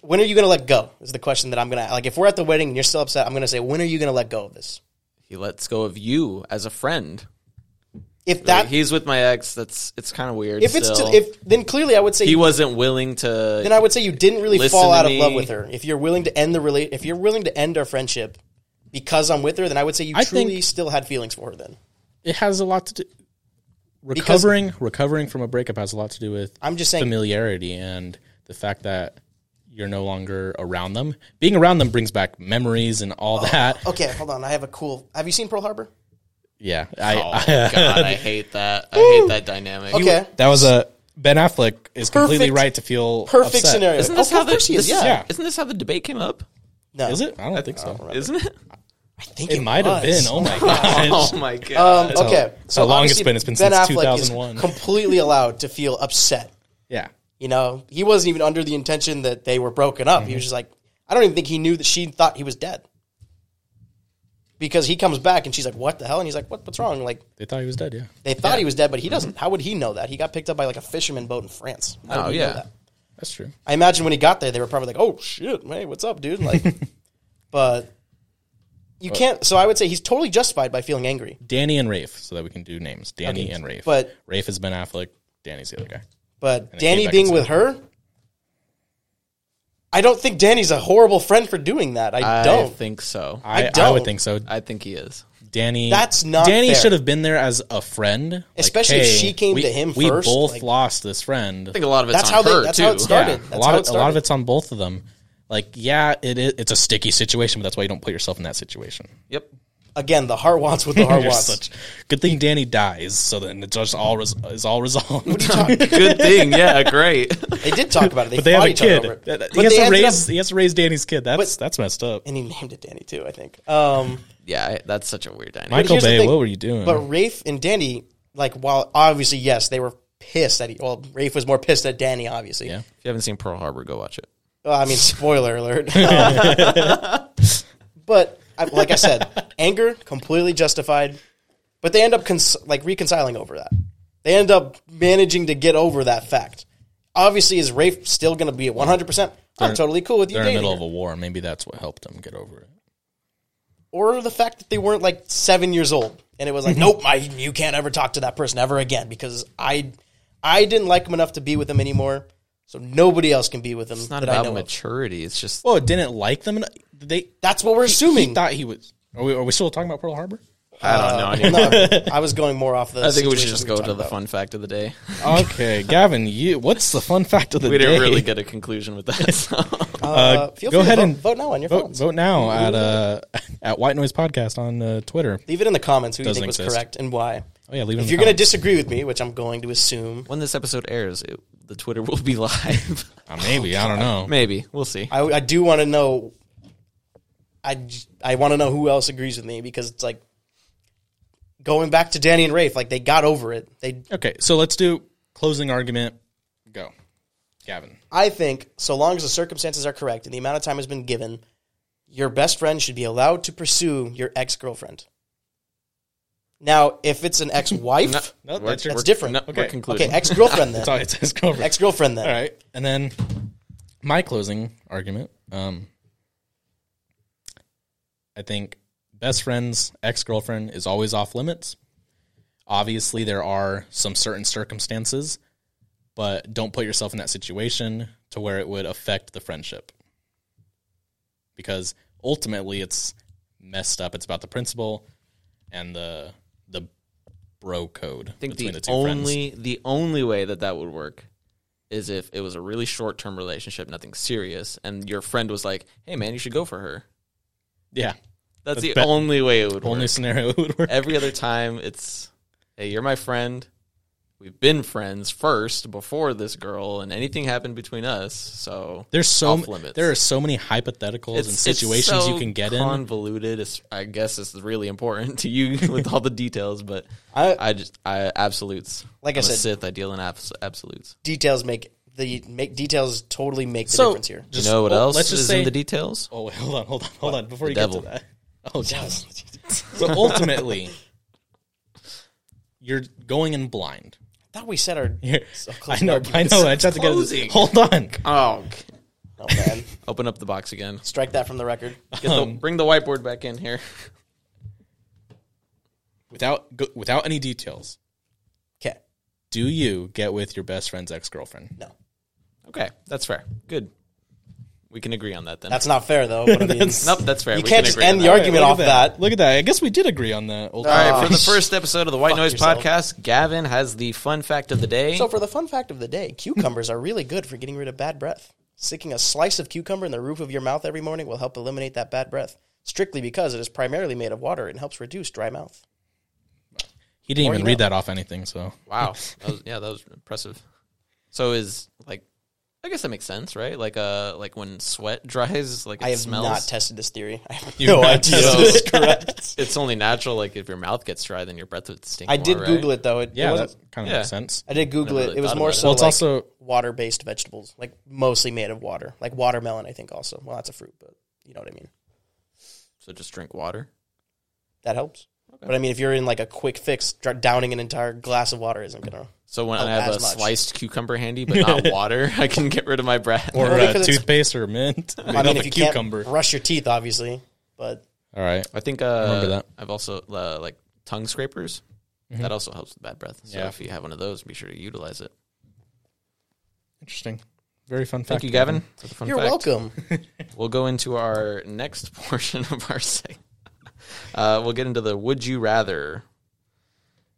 Speaker 2: When are you going to let go? Is the question that I'm going to like. If we're at the wedding and you're still upset, I'm going to say, when are you going to let go of this?
Speaker 3: He lets go of you as a friend.
Speaker 2: If that,
Speaker 3: He's with my ex. That's it's kind of weird.
Speaker 2: if it's,
Speaker 3: still.
Speaker 2: to, if then clearly I would say,
Speaker 3: he
Speaker 2: you,
Speaker 3: wasn't willing to,
Speaker 2: then I would say you didn't really
Speaker 3: Listen
Speaker 2: fall
Speaker 3: to
Speaker 2: out of
Speaker 3: me.
Speaker 2: love with her. If you're willing to end the rela- if you're willing to end our friendship because I'm with her, then I would say you
Speaker 1: I
Speaker 2: truly
Speaker 1: think-
Speaker 2: still had feelings for her. Then
Speaker 1: it has a lot to do. Recovering recovering from a breakup has a lot to do with
Speaker 2: I'm just saying,
Speaker 1: familiarity and the fact that you're no longer around them. Being around them brings back memories and all that.
Speaker 2: Oh, okay, hold on. I have a cool. Have you seen Pearl Harbor?
Speaker 1: Yeah, I,
Speaker 3: Oh
Speaker 1: I-
Speaker 3: God, I hate that. I hate that dynamic.
Speaker 2: Okay,
Speaker 1: that was a Ben Affleck is completely
Speaker 2: Perfect-
Speaker 1: right to feel
Speaker 2: perfect
Speaker 1: upset.
Speaker 2: scenario.
Speaker 3: Isn't this
Speaker 2: Oh,
Speaker 3: how
Speaker 2: of
Speaker 3: the
Speaker 2: course he is,
Speaker 3: this-
Speaker 1: yeah.
Speaker 3: Isn't this how the debate came up?
Speaker 2: No,
Speaker 1: Is it? I don't think so.
Speaker 3: Isn't it?
Speaker 2: I think
Speaker 1: It might have
Speaker 2: was.
Speaker 1: been. Oh my gosh.
Speaker 3: Oh my god.
Speaker 2: Um, okay.
Speaker 1: how long it's
Speaker 2: obviously
Speaker 1: been? It's been
Speaker 2: Ben
Speaker 1: since
Speaker 2: Affleck
Speaker 1: 2001.
Speaker 2: Is completely allowed to feel upset.
Speaker 1: yeah.
Speaker 2: You know, he wasn't even under the intention that they were broken up. He
Speaker 3: Mm-hmm.
Speaker 2: was just like, I don't even think he knew that she thought he was dead. Because he comes back and she's like, "What the hell?" And he's like, "What? What's wrong?" Like
Speaker 1: They thought he was dead, yeah.
Speaker 2: they thought he was dead,
Speaker 3: Mm-hmm.
Speaker 2: but he doesn't. How would he know that? He got picked up by like a fisherman boat in France. How
Speaker 3: Oh,
Speaker 2: would he
Speaker 3: yeah.
Speaker 2: Know that?
Speaker 1: That's true.
Speaker 2: I imagine when he got there, they were probably like, "Oh shit, hey, what's up, dude?" Like, but you can't. So I would say he's totally justified by feeling angry.
Speaker 1: Danny and Rafe, so that we can do names. Danny and Rafe.
Speaker 2: but-
Speaker 1: Rafe is Ben Affleck. Danny's the other guy.
Speaker 2: But
Speaker 1: it came
Speaker 2: Danny
Speaker 1: back
Speaker 2: being
Speaker 1: and
Speaker 2: with her, I don't think Danny's a horrible friend for doing that. I,
Speaker 3: I
Speaker 2: don't.
Speaker 3: think so. I,
Speaker 1: I, I,
Speaker 2: don't.
Speaker 1: would think so.
Speaker 3: think he is.
Speaker 1: Danny.
Speaker 2: That's not
Speaker 1: Danny
Speaker 2: fair.
Speaker 1: should have been there as a friend, like,
Speaker 2: Especially if
Speaker 1: hey,
Speaker 2: she came
Speaker 1: we-
Speaker 2: to him
Speaker 1: We
Speaker 2: first,
Speaker 1: both
Speaker 2: like-
Speaker 1: lost this friend.
Speaker 3: I think a lot of it's
Speaker 2: That's
Speaker 3: on
Speaker 2: how they-
Speaker 3: her
Speaker 2: that's
Speaker 3: too.
Speaker 2: how it started.
Speaker 1: Yeah, a
Speaker 2: That's
Speaker 1: lot of a lot
Speaker 2: how it
Speaker 1: of
Speaker 2: started.
Speaker 1: it's on both of them. Like, yeah, it is. It's a sticky situation, but that's why you don't put yourself in that situation.
Speaker 3: Yep.
Speaker 2: Again, the heart wants what the heart
Speaker 1: You're
Speaker 2: wants.
Speaker 1: such- good thing Danny dies, so then it's just all res- is all resolved.
Speaker 3: Good thing. Yeah. Great.
Speaker 2: they did talk about it. They,
Speaker 1: but they have
Speaker 2: fought
Speaker 1: a
Speaker 2: each other
Speaker 1: kid.
Speaker 2: over it.
Speaker 1: That- that-
Speaker 2: But
Speaker 1: he has
Speaker 2: they
Speaker 1: to
Speaker 2: ended
Speaker 1: raise.
Speaker 2: up-
Speaker 1: he has to raise Danny's kid. That's that's messed up.
Speaker 2: and he named it Danny too. I think. Um,
Speaker 3: yeah, I- that's such a weird dynamic.
Speaker 1: Michael
Speaker 2: here's the
Speaker 1: Bay,
Speaker 2: thing-
Speaker 1: what were you doing?
Speaker 2: But Rafe and Danny, like, while obviously, yes, they were pissed at. Well, Rafe was more pissed at Danny, obviously.
Speaker 1: Yeah.
Speaker 3: if you haven't seen Pearl Harbor, go watch it.
Speaker 2: Well, I mean, spoiler alert. but I, like I said, anger completely justified. But they end up cons- like reconciling over that. They end up managing to get over that fact. Obviously, is Rafe still going to be at one hundred percent? I'm totally cool with you
Speaker 1: They're in the
Speaker 2: dating
Speaker 1: middle of
Speaker 2: her.
Speaker 1: a war. Maybe that's what helped them get over it.
Speaker 2: or the fact that they weren't like seven years old and it was like, nope, I, you can't ever talk to that person ever again because I, I didn't like him enough to be with him anymore. So nobody else can be with him.
Speaker 3: It's not
Speaker 2: that I
Speaker 3: about
Speaker 2: know of.
Speaker 3: maturity. It's just
Speaker 1: Well, it didn't like them. and- They
Speaker 2: That's what we're assuming.
Speaker 1: he thought he was. Are we, are we still talking about Pearl Harbor?
Speaker 3: I don't know. I,
Speaker 2: No, I I was going more off the.
Speaker 3: think we
Speaker 2: uh, situation
Speaker 3: should just
Speaker 2: were
Speaker 3: go to the
Speaker 2: talking
Speaker 3: fun fact of the day.
Speaker 1: Okay, Gavin, you. What's the fun fact of the
Speaker 3: We
Speaker 1: day?
Speaker 3: didn't really get a conclusion with that. So.
Speaker 2: about. Uh, feel
Speaker 1: go
Speaker 2: free to
Speaker 1: ahead
Speaker 2: vote,
Speaker 1: and
Speaker 2: vote now on your
Speaker 1: vote,
Speaker 2: phones.
Speaker 1: vote now at uh at White Noise Podcast on uh, Twitter.
Speaker 2: Leave it in the comments who you
Speaker 1: Doesn't
Speaker 2: think was
Speaker 1: exist.
Speaker 2: correct and why.
Speaker 1: Oh yeah, leave it. in the
Speaker 2: If you're going to
Speaker 1: comments.
Speaker 2: disagree with me, which I'm going to assume,
Speaker 3: when this episode airs, it, the Twitter will be live.
Speaker 1: Uh, maybe I don't know.
Speaker 3: Maybe we'll see.
Speaker 2: I, I do want to know. I, j- I want to know who else agrees with me because it's like going back to Danny and Rafe, like they got over it. They
Speaker 1: Okay, so let's do closing argument. Go, Gavin.
Speaker 2: I think so long as the circumstances are correct and the amount of time has been given, your best friend should be allowed to pursue your ex girlfriend. Now, if it's an ex wife,
Speaker 1: No, that's your.
Speaker 2: that's different.
Speaker 3: No, We're
Speaker 1: Okay.
Speaker 2: okay,
Speaker 3: concluding.
Speaker 2: ex girlfriend then.
Speaker 1: That's all it says. Cover.
Speaker 2: Ex girlfriend then.
Speaker 1: All right, and then my closing argument. Um, I think best friend's ex girlfriend is always off limits. Obviously, there are some certain circumstances, but don't put yourself in that situation to where it would affect the friendship. Because ultimately, it's messed up. It's about the principle and the the bro code
Speaker 3: I think the,
Speaker 1: between the, two friends.
Speaker 3: only the only way that that would work is if it was a really short term relationship, nothing serious, and your friend was like, "Hey, man, you should go for her."
Speaker 1: Yeah,
Speaker 3: That's the
Speaker 1: bet-
Speaker 3: only way it would
Speaker 1: only
Speaker 3: work.
Speaker 1: scenario it would work.
Speaker 3: Every other time, it's, "Hey, you're my friend. We've been friends first before this girl, and anything happened between us, so."
Speaker 1: There's so
Speaker 3: off
Speaker 1: m-
Speaker 3: limits.
Speaker 1: there are so many hypotheticals and situations
Speaker 3: so
Speaker 1: you can get in.
Speaker 3: convoluted. It's, I guess it's really important to you with all the details, but
Speaker 2: I-
Speaker 3: I, just I absolutes.
Speaker 2: Like I
Speaker 3: I'm a
Speaker 2: said-
Speaker 3: Sith, I deal in abs- absolutes.
Speaker 2: Details make the make details totally make the
Speaker 1: So
Speaker 2: difference here.
Speaker 1: just-
Speaker 3: you know what
Speaker 1: well,
Speaker 3: else
Speaker 1: Let's just
Speaker 3: is
Speaker 1: say.
Speaker 3: in the details?
Speaker 1: oh, wait, hold on, hold on, hold on. Before you
Speaker 3: devil.
Speaker 1: get to that. Oh, yes. so ultimately, you're going in blind.
Speaker 2: I thought we said our
Speaker 1: You're-
Speaker 2: so close
Speaker 1: I know,
Speaker 2: to
Speaker 1: I know. I just have to get to
Speaker 3: Closing.
Speaker 1: this. Hold on.
Speaker 3: Oh,
Speaker 2: our- Oh man.
Speaker 3: open up the box again.
Speaker 2: Strike that from the record.
Speaker 3: Get the- bring the whiteboard back in here.
Speaker 1: Without go, without any details,
Speaker 2: Okay.
Speaker 1: do you get with your best friend's ex girlfriend?
Speaker 2: No.
Speaker 3: Okay, that's fair. Good. We can agree on that then.
Speaker 2: That's not fair though. But I mean,
Speaker 3: nope, that's fair.
Speaker 2: you
Speaker 3: we
Speaker 2: can't
Speaker 3: can
Speaker 2: just
Speaker 3: agree on
Speaker 2: end the
Speaker 3: that.
Speaker 2: argument off
Speaker 1: Look at that.
Speaker 2: that.
Speaker 1: Look at that. I guess we did agree on that. All
Speaker 3: All right, for the
Speaker 2: Gosh.
Speaker 3: first episode of the White Noise
Speaker 2: yourself.
Speaker 3: Podcast, Gavin has the fun fact of the day.
Speaker 2: So, for the fun fact of the day, cucumbers are really good for getting rid of bad breath. Sticking a slice of cucumber in the roof of your mouth every morning will help eliminate that bad breath, strictly because it is primarily made of water and helps reduce dry mouth.
Speaker 1: He didn't even
Speaker 2: you
Speaker 1: read that off anything. So
Speaker 3: Wow. That was, yeah, that was impressive. So is like, I guess that makes sense, right? Like, uh, like when sweat dries, like it
Speaker 2: I have
Speaker 3: smells.
Speaker 2: not tested this theory. I have
Speaker 1: You've
Speaker 2: no
Speaker 1: not
Speaker 2: idea.
Speaker 1: tested
Speaker 2: if it's correct.
Speaker 3: it's only natural. Like if your mouth gets dry, then your breath would stink.
Speaker 2: I did Google it though. It,
Speaker 1: yeah,
Speaker 2: it
Speaker 1: that
Speaker 2: wasn't,
Speaker 1: kind of
Speaker 3: Yeah.
Speaker 1: makes sense.
Speaker 2: I did Google
Speaker 3: Never
Speaker 2: it.
Speaker 3: really
Speaker 2: It was
Speaker 3: thought
Speaker 2: more
Speaker 3: about it.
Speaker 2: so
Speaker 1: Well, it's
Speaker 2: like
Speaker 1: also
Speaker 2: water-based vegetables, like mostly made of water, like watermelon. I think also. Well, that's a fruit, but you know what I mean.
Speaker 3: So just drink water.
Speaker 2: That helps. But I mean, if you're in like a quick fix, dr- downing an entire glass of water isn't gonna.
Speaker 3: So when
Speaker 2: Oh,
Speaker 3: I have
Speaker 2: as
Speaker 3: a
Speaker 2: much.
Speaker 3: sliced cucumber handy, but not water, I can get rid of my breath.
Speaker 1: or
Speaker 2: Only
Speaker 1: uh,
Speaker 2: because it's-
Speaker 1: toothpaste or mint.
Speaker 2: I mean,
Speaker 1: Enough
Speaker 2: if
Speaker 1: a
Speaker 2: you
Speaker 1: cucumber.
Speaker 2: can't brush your teeth, obviously, but
Speaker 1: All right.
Speaker 3: I think uh,
Speaker 1: remember that. Mm-hmm.
Speaker 3: I've also uh, like tongue scrapers. That also helps with bad breath. So
Speaker 1: Yeah.
Speaker 3: if you have one of those, be sure to utilize it.
Speaker 1: Interesting. Very fun fact.
Speaker 3: Thank you, Gavin. for the fun
Speaker 2: you're
Speaker 3: fact.
Speaker 2: welcome.
Speaker 3: We'll go into our next portion of our segment. Uh, we'll get into the would you rather.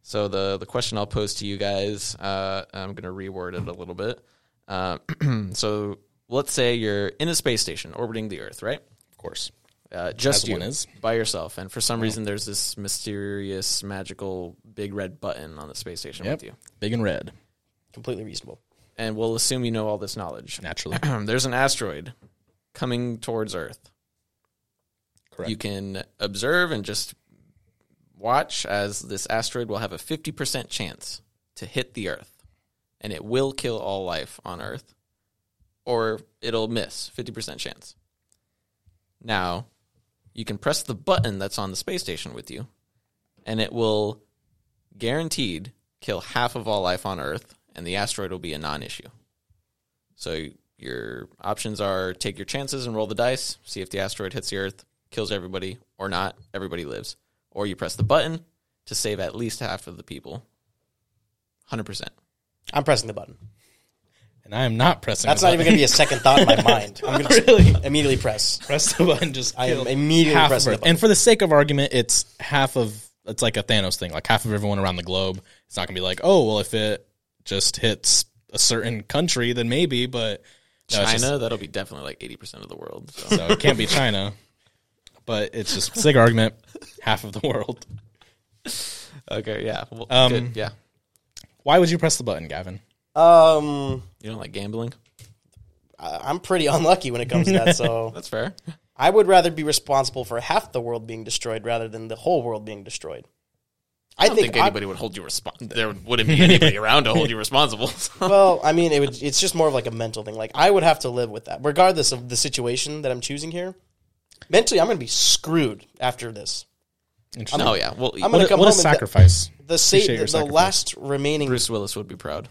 Speaker 3: So the the question I'll pose to you guys, uh, I'm going to reword it a little bit. Uh, so let's say you're in a space station orbiting the Earth, right?
Speaker 1: Of course.
Speaker 3: Uh, just
Speaker 1: As
Speaker 3: you
Speaker 1: one is.
Speaker 3: by yourself, and for some reason there's this mysterious, magical big red button on the space station
Speaker 1: Yep.
Speaker 3: with you,
Speaker 1: Big and red,
Speaker 2: Completely reasonable.
Speaker 3: and we'll assume you know all this knowledge.
Speaker 1: naturally.
Speaker 3: there's an asteroid coming towards Earth.
Speaker 1: Correct.
Speaker 3: You can observe and just watch as this asteroid will have a 50% chance to hit the Earth, and it will kill all life on Earth, or it'll miss 50% chance. Now, you can press the button that's on the space station with you, and it will guaranteed kill half of all life on Earth, and the asteroid will be a non issue. So your options are take your chances and roll the dice, see if the asteroid hits the Earth, kills everybody, or not, everybody lives. Or you press the button to save at least half of the people. 100%.
Speaker 2: I'm pressing the button.
Speaker 1: And I am not pressing.
Speaker 2: That's
Speaker 1: the
Speaker 2: not even going to be a second thought in my mind. I'm going to
Speaker 1: Uh-huh. Really?
Speaker 2: immediately press.
Speaker 1: press the button. Just
Speaker 2: I am
Speaker 1: kill
Speaker 2: immediately
Speaker 1: half of
Speaker 2: pressing the
Speaker 1: Earth.
Speaker 2: button.
Speaker 1: And for the sake of argument, it's half of. It's like a Thanos thing. Like half of everyone around the globe. It's not gonna be like, oh, well, if it just hits a certain country, then maybe. But no, it's
Speaker 3: China,
Speaker 1: just-
Speaker 3: that'll be definitely like 80% of the world. So.
Speaker 1: so it can't be China. But it's just for the sake of argument, half of the world.
Speaker 3: okay, yeah. Well,
Speaker 1: Um,
Speaker 3: good, Yeah.
Speaker 1: Why would you press the button, Gavin?
Speaker 2: Um,
Speaker 3: You don't like gambling?
Speaker 2: I- I'm pretty unlucky when it comes to that, so
Speaker 3: That's fair.
Speaker 2: I would rather be responsible for half the world being destroyed rather than the whole world being destroyed. I,
Speaker 3: I don't think,
Speaker 2: I-
Speaker 3: anybody would hold you responsible. There wouldn't be anybody around to hold you responsible. so.
Speaker 2: well, I mean, it would. It's just more of like a mental thing. Like I would have to live with that, regardless of the situation that I'm choosing here. Mentally, I'm going to be screwed after this.
Speaker 1: Interesting.
Speaker 3: No, yeah. Well,
Speaker 2: I'm
Speaker 1: what
Speaker 2: gonna
Speaker 1: a,
Speaker 2: come
Speaker 1: what a
Speaker 2: home and th-
Speaker 1: sacrifice.
Speaker 2: The sa-
Speaker 1: Appreciate your
Speaker 2: the, the
Speaker 1: sacrifice.
Speaker 2: last remaining,
Speaker 3: Bruce Willis would be proud.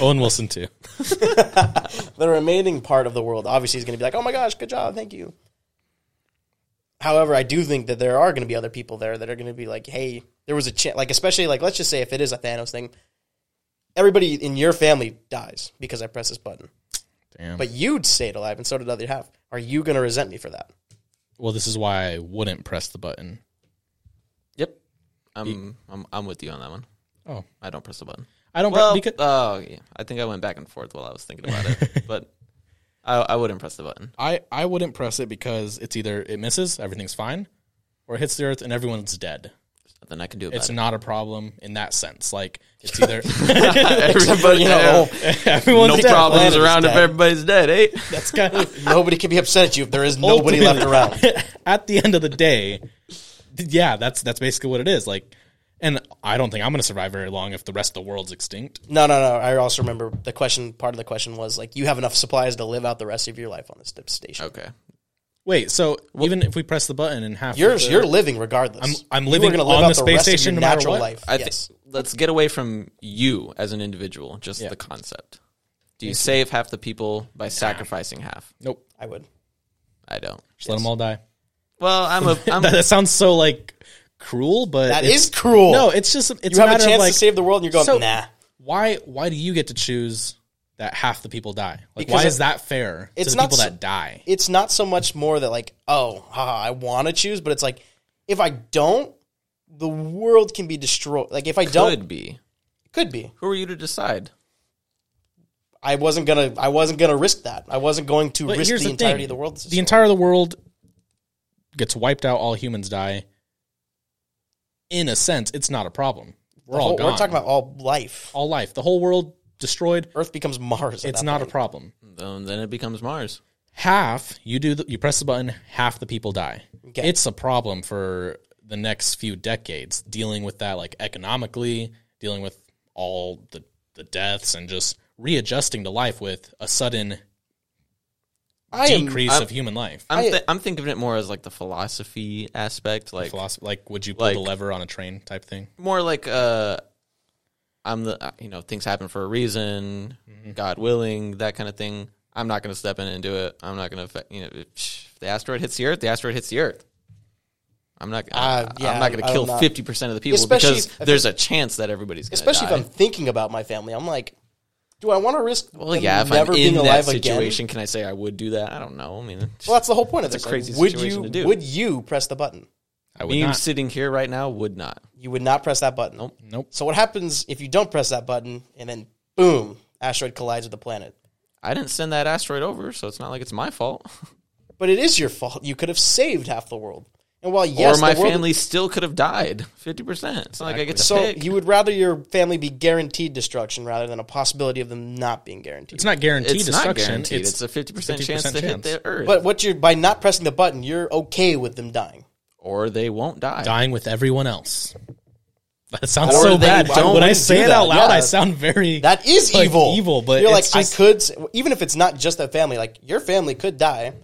Speaker 1: Owen Wilson too.
Speaker 2: the remaining part of the world, obviously, is going to be like, "Oh my gosh, good job, thank you." However, I do think that there are going to be other people there that are going to be like, "Hey, there was a chance." Like, especially like, let's just say if it is a Thanos thing, everybody in your family dies because I press this button,
Speaker 1: Damn.
Speaker 2: but you stayed alive, and so did the other half. Are you going to resent me for that?
Speaker 1: well, this is why I wouldn't press the button.
Speaker 3: Yep. I'm, I'm, I'm with you on that one.
Speaker 1: Oh,
Speaker 3: I don't press the button.
Speaker 1: I don't.
Speaker 3: Well,
Speaker 1: because,
Speaker 3: oh yeah, I think I went back and forth while I was thinking about it, but I, I wouldn't press the button.
Speaker 1: I I wouldn't press it because it's either it misses, everything's fine, or it hits the earth and everyone's dead.
Speaker 3: Nothing I can do about
Speaker 1: It's
Speaker 3: it.
Speaker 1: not a problem in that sense. Like it's either
Speaker 3: Except
Speaker 2: for, you know,
Speaker 1: uh, everyone's
Speaker 3: no
Speaker 1: dead.
Speaker 2: planet
Speaker 3: problems
Speaker 2: is
Speaker 3: around if
Speaker 2: dead.
Speaker 3: everybody's dead, eh?
Speaker 1: That's kind of
Speaker 2: Nobody can be upset at you if there is nobody left around.
Speaker 1: at the end of the day, th- yeah, that's that's basically what it is. Like, and I don't think I'm going to survive very long if the rest of the world's extinct.
Speaker 2: No, no, no. I also remember the question. Part of the question was like, you have enough supplies to live out the rest of your life on this dip station.
Speaker 3: Okay.
Speaker 1: Wait, so even if we press the button and half,
Speaker 2: You're
Speaker 1: of the-
Speaker 2: you're living regardless.
Speaker 1: I'm- I'm
Speaker 2: You are
Speaker 1: living
Speaker 2: gonna
Speaker 1: on
Speaker 2: out
Speaker 1: the space
Speaker 2: rest of your
Speaker 1: station no matter
Speaker 2: natural
Speaker 1: what.
Speaker 2: Life.
Speaker 3: I
Speaker 2: yes.
Speaker 3: think let's get away from you as an individual, just the concept. Do you save half the people by sacrificing half?
Speaker 1: nope,
Speaker 2: I would.
Speaker 3: I don't.
Speaker 1: just let them all die.
Speaker 3: Well, I'm a I'm
Speaker 1: That, that sounds so like cruel, but
Speaker 2: That
Speaker 1: it's-
Speaker 2: is cruel.
Speaker 1: No, it's just it's
Speaker 2: you
Speaker 1: a
Speaker 2: have a
Speaker 1: matter
Speaker 2: chance
Speaker 1: of like
Speaker 2: to save the world, and you're going
Speaker 1: So-
Speaker 2: nah.
Speaker 1: why why do you get to choose that half the people die? Like why
Speaker 2: Because
Speaker 1: is that fair to
Speaker 2: it's
Speaker 1: the
Speaker 2: not
Speaker 1: people
Speaker 2: so-
Speaker 1: that die?
Speaker 2: It's not so much more that like, oh, haha, I want to choose, but it's like, if I don't, the world can be destroyed. Like if I don't,
Speaker 3: could be.
Speaker 2: could be.
Speaker 3: Who are you to decide?
Speaker 2: I wasn't gonna. I wasn't gonna risk that. I wasn't going to
Speaker 1: But
Speaker 2: risk
Speaker 1: here's
Speaker 2: the,
Speaker 1: the,
Speaker 2: entirety
Speaker 1: thing.
Speaker 2: of the world.
Speaker 1: The entire of the world gets wiped out. All humans die. In a sense, it's not a problem. We're all
Speaker 2: Well,
Speaker 1: gone.
Speaker 2: We're talking about all life.
Speaker 1: all life. The whole world destroyed.
Speaker 2: Earth becomes Mars. at
Speaker 1: It's
Speaker 2: that
Speaker 1: not
Speaker 2: point.
Speaker 1: a problem.
Speaker 3: Um, then it becomes Mars.
Speaker 1: Half you do. The, you press the button. Half the people die.
Speaker 2: Okay.
Speaker 1: It's a problem for the next few decades dealing with that, like economically, dealing with all the the deaths and just readjusting to life with a sudden
Speaker 2: I am-
Speaker 1: decrease
Speaker 3: I'm-
Speaker 1: of human life.
Speaker 3: I'm th- I'm thinking of it more as like the philosophy aspect, like
Speaker 1: Philosoph- like, would you pull the
Speaker 3: like-
Speaker 1: lever on a train type thing?
Speaker 3: more like uh I'm the uh, you know things happen for a reason,
Speaker 2: Mm-hmm.
Speaker 3: God willing, that kind of thing. I'm not going to step in and do it. I'm not going to you know if the asteroid hits the earth, the asteroid hits the earth. I'm not.
Speaker 2: Uh, yeah,
Speaker 3: I'm not going to
Speaker 2: I'm
Speaker 3: kill
Speaker 2: not-
Speaker 3: fifty percent of the people
Speaker 2: Especially
Speaker 3: because
Speaker 2: if-
Speaker 3: there's a chance that everybody's going to
Speaker 2: especially
Speaker 3: die.
Speaker 2: if I'm thinking about my family. I'm like, do I want to risk
Speaker 3: well, yeah, if I'm
Speaker 2: never
Speaker 3: in
Speaker 2: being
Speaker 3: that
Speaker 2: alive again?
Speaker 3: situation, can I say I would do that? I don't know. I mean, it's
Speaker 2: Well, that's the whole point of
Speaker 3: That's
Speaker 2: this.
Speaker 3: a
Speaker 2: Like,
Speaker 3: crazy
Speaker 2: would
Speaker 3: situation
Speaker 2: you
Speaker 3: to do.
Speaker 2: would you press the button?
Speaker 1: I would
Speaker 3: me
Speaker 1: not.
Speaker 3: sitting here right now would not.
Speaker 2: You would not press that button. Nope.
Speaker 1: Nope.
Speaker 2: So what happens if you don't press that button and then boom, asteroid collides with the planet?
Speaker 3: I didn't send that asteroid over, so it's not like it's my fault.
Speaker 2: But it is your fault. You could have saved half the world. And while yes,
Speaker 3: or my
Speaker 2: the world-
Speaker 3: family still could have died. Fifty percent. It's not like I get to
Speaker 2: So
Speaker 3: pick.
Speaker 2: you would rather your family be guaranteed destruction rather than a possibility of them not being guaranteed.
Speaker 1: It's not guaranteed
Speaker 3: it's not
Speaker 1: destruction.
Speaker 3: guaranteed. It's, a fifty percent chance to
Speaker 1: 50%
Speaker 3: hit
Speaker 1: chance.
Speaker 3: the earth,
Speaker 2: But what you're by not pressing the button, you're okay with them dying.
Speaker 3: or they won't die.
Speaker 1: dying with everyone else. That sounds
Speaker 3: Or
Speaker 1: so
Speaker 3: they
Speaker 1: bad.
Speaker 3: don't
Speaker 1: When I
Speaker 2: do
Speaker 1: say it
Speaker 2: that,
Speaker 1: out loud,
Speaker 2: yeah.
Speaker 1: I sound very
Speaker 2: That is
Speaker 1: like,
Speaker 2: evil.
Speaker 1: Evil, but
Speaker 2: you're like
Speaker 1: it's
Speaker 2: I
Speaker 1: just-
Speaker 2: could, s- even if it's not just that family. Like your family could die,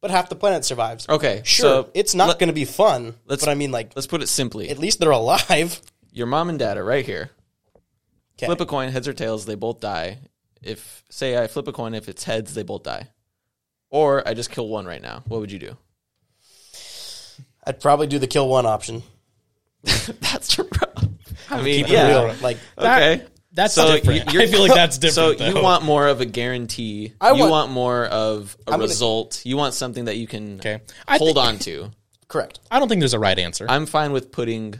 Speaker 2: but half the planet survives.
Speaker 3: Okay,
Speaker 2: sure,
Speaker 3: so
Speaker 2: it's not
Speaker 3: let-
Speaker 2: going to be fun.
Speaker 3: let's-
Speaker 2: but I mean, like
Speaker 3: Let's put it simply:
Speaker 2: at least they're alive.
Speaker 3: your mom and dad are right here.
Speaker 2: Okay.
Speaker 3: Flip a coin, heads or tails, they both die. If say I flip a coin, if it's heads, they both die. Or I just kill one right now. What would you do?
Speaker 2: I'd probably do the kill one option.
Speaker 3: That's your problem. I mean,
Speaker 1: keep it
Speaker 3: yeah.
Speaker 2: Real, like
Speaker 3: Okay.
Speaker 1: that's
Speaker 3: So
Speaker 1: different.
Speaker 3: you- you're-
Speaker 1: I feel like that's
Speaker 3: So
Speaker 1: different.
Speaker 3: you
Speaker 1: though.
Speaker 3: want more of a guarantee.
Speaker 2: I
Speaker 3: you
Speaker 2: want-
Speaker 3: want more of a
Speaker 2: gonna-
Speaker 3: result. you want something that you can
Speaker 1: Okay. I
Speaker 3: hold
Speaker 1: think-
Speaker 3: on to.
Speaker 2: correct.
Speaker 1: I don't think there's a right answer.
Speaker 3: I'm fine with putting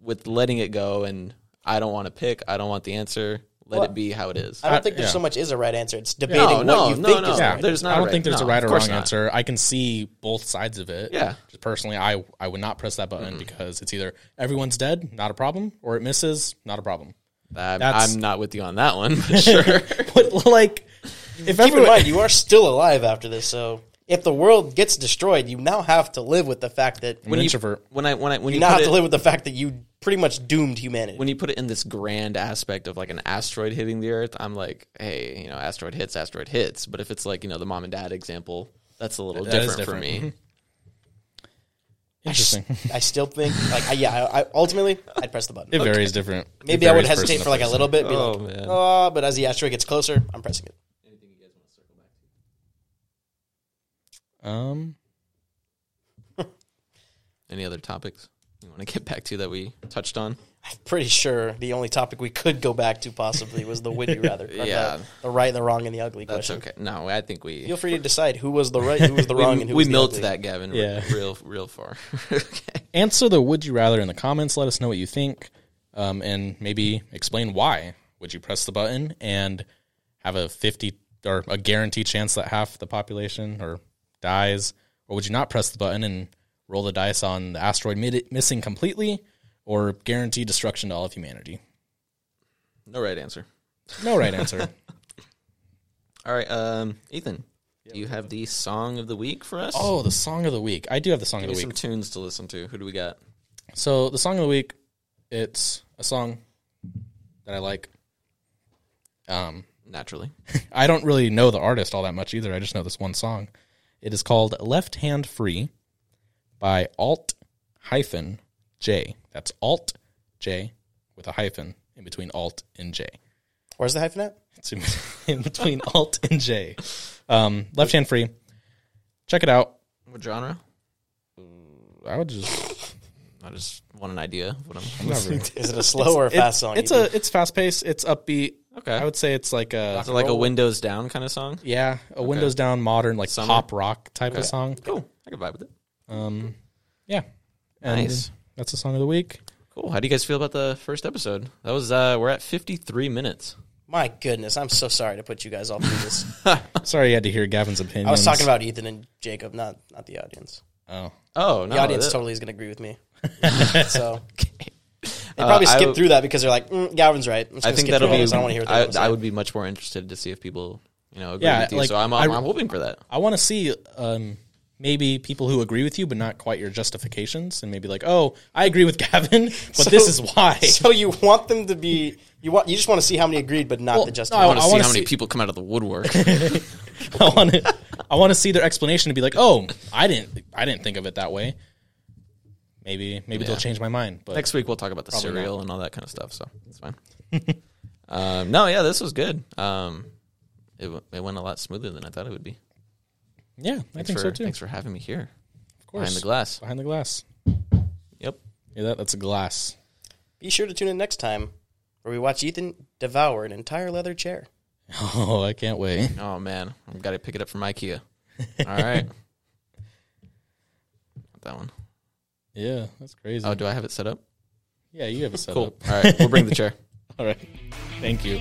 Speaker 3: with letting it go and I don't want to pick. I don't want the answer. Let it be how it is.
Speaker 2: I don't
Speaker 1: I-
Speaker 2: think there's
Speaker 1: Uh, yeah.
Speaker 2: so much is a right answer. It's debating
Speaker 3: No,
Speaker 2: what
Speaker 3: no,
Speaker 2: you
Speaker 3: no,
Speaker 2: think
Speaker 3: no.
Speaker 2: is
Speaker 3: Yeah.
Speaker 2: right.
Speaker 3: There's not
Speaker 1: I
Speaker 3: a
Speaker 1: don't
Speaker 3: right-
Speaker 1: think there's
Speaker 3: no,
Speaker 1: a right
Speaker 3: of
Speaker 1: or
Speaker 3: course
Speaker 1: wrong
Speaker 3: not.
Speaker 1: answer. I can see both sides of it.
Speaker 3: Yeah.
Speaker 1: Just personally, I I would not press that button because it's either everyone's dead, not a problem, or it misses, not a problem.
Speaker 3: I'm,
Speaker 1: That's-
Speaker 3: I'm not with you on that one. But sure.
Speaker 1: But like, if
Speaker 2: Keep in
Speaker 1: everyone,
Speaker 2: mind, you are still alive after this. So if the world gets destroyed, you now have to live with the fact that
Speaker 1: I'm an introvert.
Speaker 3: when I when I when
Speaker 2: you
Speaker 3: you
Speaker 2: now
Speaker 3: put
Speaker 2: have to
Speaker 3: it,
Speaker 2: live with the fact that you pretty much doomed humanity.
Speaker 3: when you put it in this grand aspect of like an asteroid hitting the Earth, I'm like, hey, you know, asteroid hits, asteroid hits. But if it's like you know the mom and dad example, that's a little
Speaker 1: That is
Speaker 3: different, for me.
Speaker 1: different. Interesting.
Speaker 2: I still think, like, I, yeah, I, I, ultimately, I'd press the button.
Speaker 1: It varies different. it
Speaker 2: Maybe I would
Speaker 1: varies
Speaker 2: hesitate
Speaker 1: person
Speaker 2: for like
Speaker 1: to
Speaker 2: a little bit, be
Speaker 3: Oh,
Speaker 2: like,
Speaker 3: man.
Speaker 2: oh, but as the asteroid gets closer, I'm pressing it.
Speaker 1: person. Um,
Speaker 3: Any other topics you want to get back to that we touched on?
Speaker 2: I'm pretty sure the only topic we could go back to possibly was the would you rather. or
Speaker 3: Yeah.
Speaker 2: The, the right, the wrong, and the ugly
Speaker 3: That's
Speaker 2: question.
Speaker 3: okay. No, I think we
Speaker 2: Feel free to decide who was the right, who was the wrong, and
Speaker 3: we,
Speaker 2: who was the
Speaker 3: milked
Speaker 2: ugly.
Speaker 3: that, Gavin. re-
Speaker 1: Yeah.
Speaker 3: real real far. okay.
Speaker 1: answer the would you rather in the comments. Let us know what you think, um, and maybe explain why would you press the button and have a fifty or a guaranteed chance that half the population or dies, or would you not press the button and roll the dice on the asteroid mid- missing completely, or guarantee destruction to all of humanity?
Speaker 3: No right answer.
Speaker 1: No right answer.
Speaker 3: All right, um, Ethan, do you have the song of the week for us?
Speaker 1: oh, the song of the week. I do have the song of
Speaker 3: Give
Speaker 1: the
Speaker 3: me
Speaker 1: week.
Speaker 3: some tunes to listen to. Who do we got?
Speaker 1: So the song of the week, it's a song that I like. Um,
Speaker 3: Naturally.
Speaker 1: I don't really know the artist all that much either. I just know this one song. It is called "Left Hand Free" by Alt hyphen J. That's Alt J with a hyphen in between Alt and J.
Speaker 2: Where's the hyphen at?
Speaker 1: It's in, in between Alt and J. Um, Left Hand Free. Check it out.
Speaker 3: What genre?
Speaker 1: I would just
Speaker 3: I just want an idea of what I'm listening to.
Speaker 2: Is it a slow or a fast song?
Speaker 1: It's a it's fast paced. It's upbeat.
Speaker 3: Okay.
Speaker 1: I would say it's like a
Speaker 3: Is it like a Windows Down kind of song?
Speaker 1: Yeah, a Windows Down modern like
Speaker 3: Summer.
Speaker 1: pop rock type of song.
Speaker 3: Cool. I can vibe with it.
Speaker 1: Um, yeah, and
Speaker 3: Nice.
Speaker 1: That's the song of the week.
Speaker 3: Cool. How do you guys feel about the first episode? That was uh we're at 53 minutes.
Speaker 2: My goodness, I'm so sorry to put you guys all through this.
Speaker 1: Sorry, you had to hear Gavin's opinion.
Speaker 2: I
Speaker 3: Mm.
Speaker 2: was talking about Ethan and Jacob, not not the audience.
Speaker 1: Oh,
Speaker 3: Oh, no.
Speaker 2: The audience
Speaker 3: that-
Speaker 2: totally is going to agree with me. so they
Speaker 3: Uh,
Speaker 2: probably
Speaker 3: I
Speaker 2: skip
Speaker 3: w-
Speaker 2: through that because they're like, mm, Galvin's right. I'm just
Speaker 3: I
Speaker 2: gonna
Speaker 3: think
Speaker 2: skip
Speaker 3: that'll
Speaker 2: through all
Speaker 3: be
Speaker 2: this. I don't want to hear what they
Speaker 3: I,
Speaker 2: have to
Speaker 3: I
Speaker 2: say.
Speaker 3: would be much more interested to see if people, you know, agree
Speaker 1: Yeah,
Speaker 3: with you.
Speaker 1: like,
Speaker 3: so I'm
Speaker 1: I-
Speaker 3: I'm hoping for that.
Speaker 1: I want to see um, maybe people who agree with you, but not quite your justifications, and maybe like, oh, I agree with Gavin, but this is why.
Speaker 2: So you want them to be you want you just want to see how many agreed, but not the just.
Speaker 1: no,
Speaker 2: one.
Speaker 3: I want to
Speaker 1: I
Speaker 3: see
Speaker 1: wanna
Speaker 3: how many
Speaker 1: see-
Speaker 3: people come out of the woodwork.
Speaker 1: I want to, I want to see their explanation to be like, oh, I didn't, I didn't think of it that way. Maybe, maybe they'll change my mind. But
Speaker 3: Next week we'll talk about the cereal and all that kind of stuff, so it's fine. um, no, yeah, this was good. Um, it, w- it went a lot smoother than I thought it would be.
Speaker 1: yeah, I think
Speaker 3: for,
Speaker 1: so too.
Speaker 3: Thanks for having me here. Of
Speaker 1: course.
Speaker 3: Behind the glass.
Speaker 1: Behind the glass.
Speaker 3: Yep.
Speaker 1: Yeah, that, that's a glass.
Speaker 2: Be sure to tune in next time where we watch Ethan devour an entire leather chair.
Speaker 1: Oh, I can't wait.
Speaker 3: Oh man, I've got to pick it up from IKEA. All right. that one.
Speaker 1: Yeah, that's crazy.
Speaker 3: Oh, do I have it set up?
Speaker 1: yeah, you have a setup.
Speaker 3: Cool. All right, we'll bring the chair.
Speaker 1: All right. Thank you.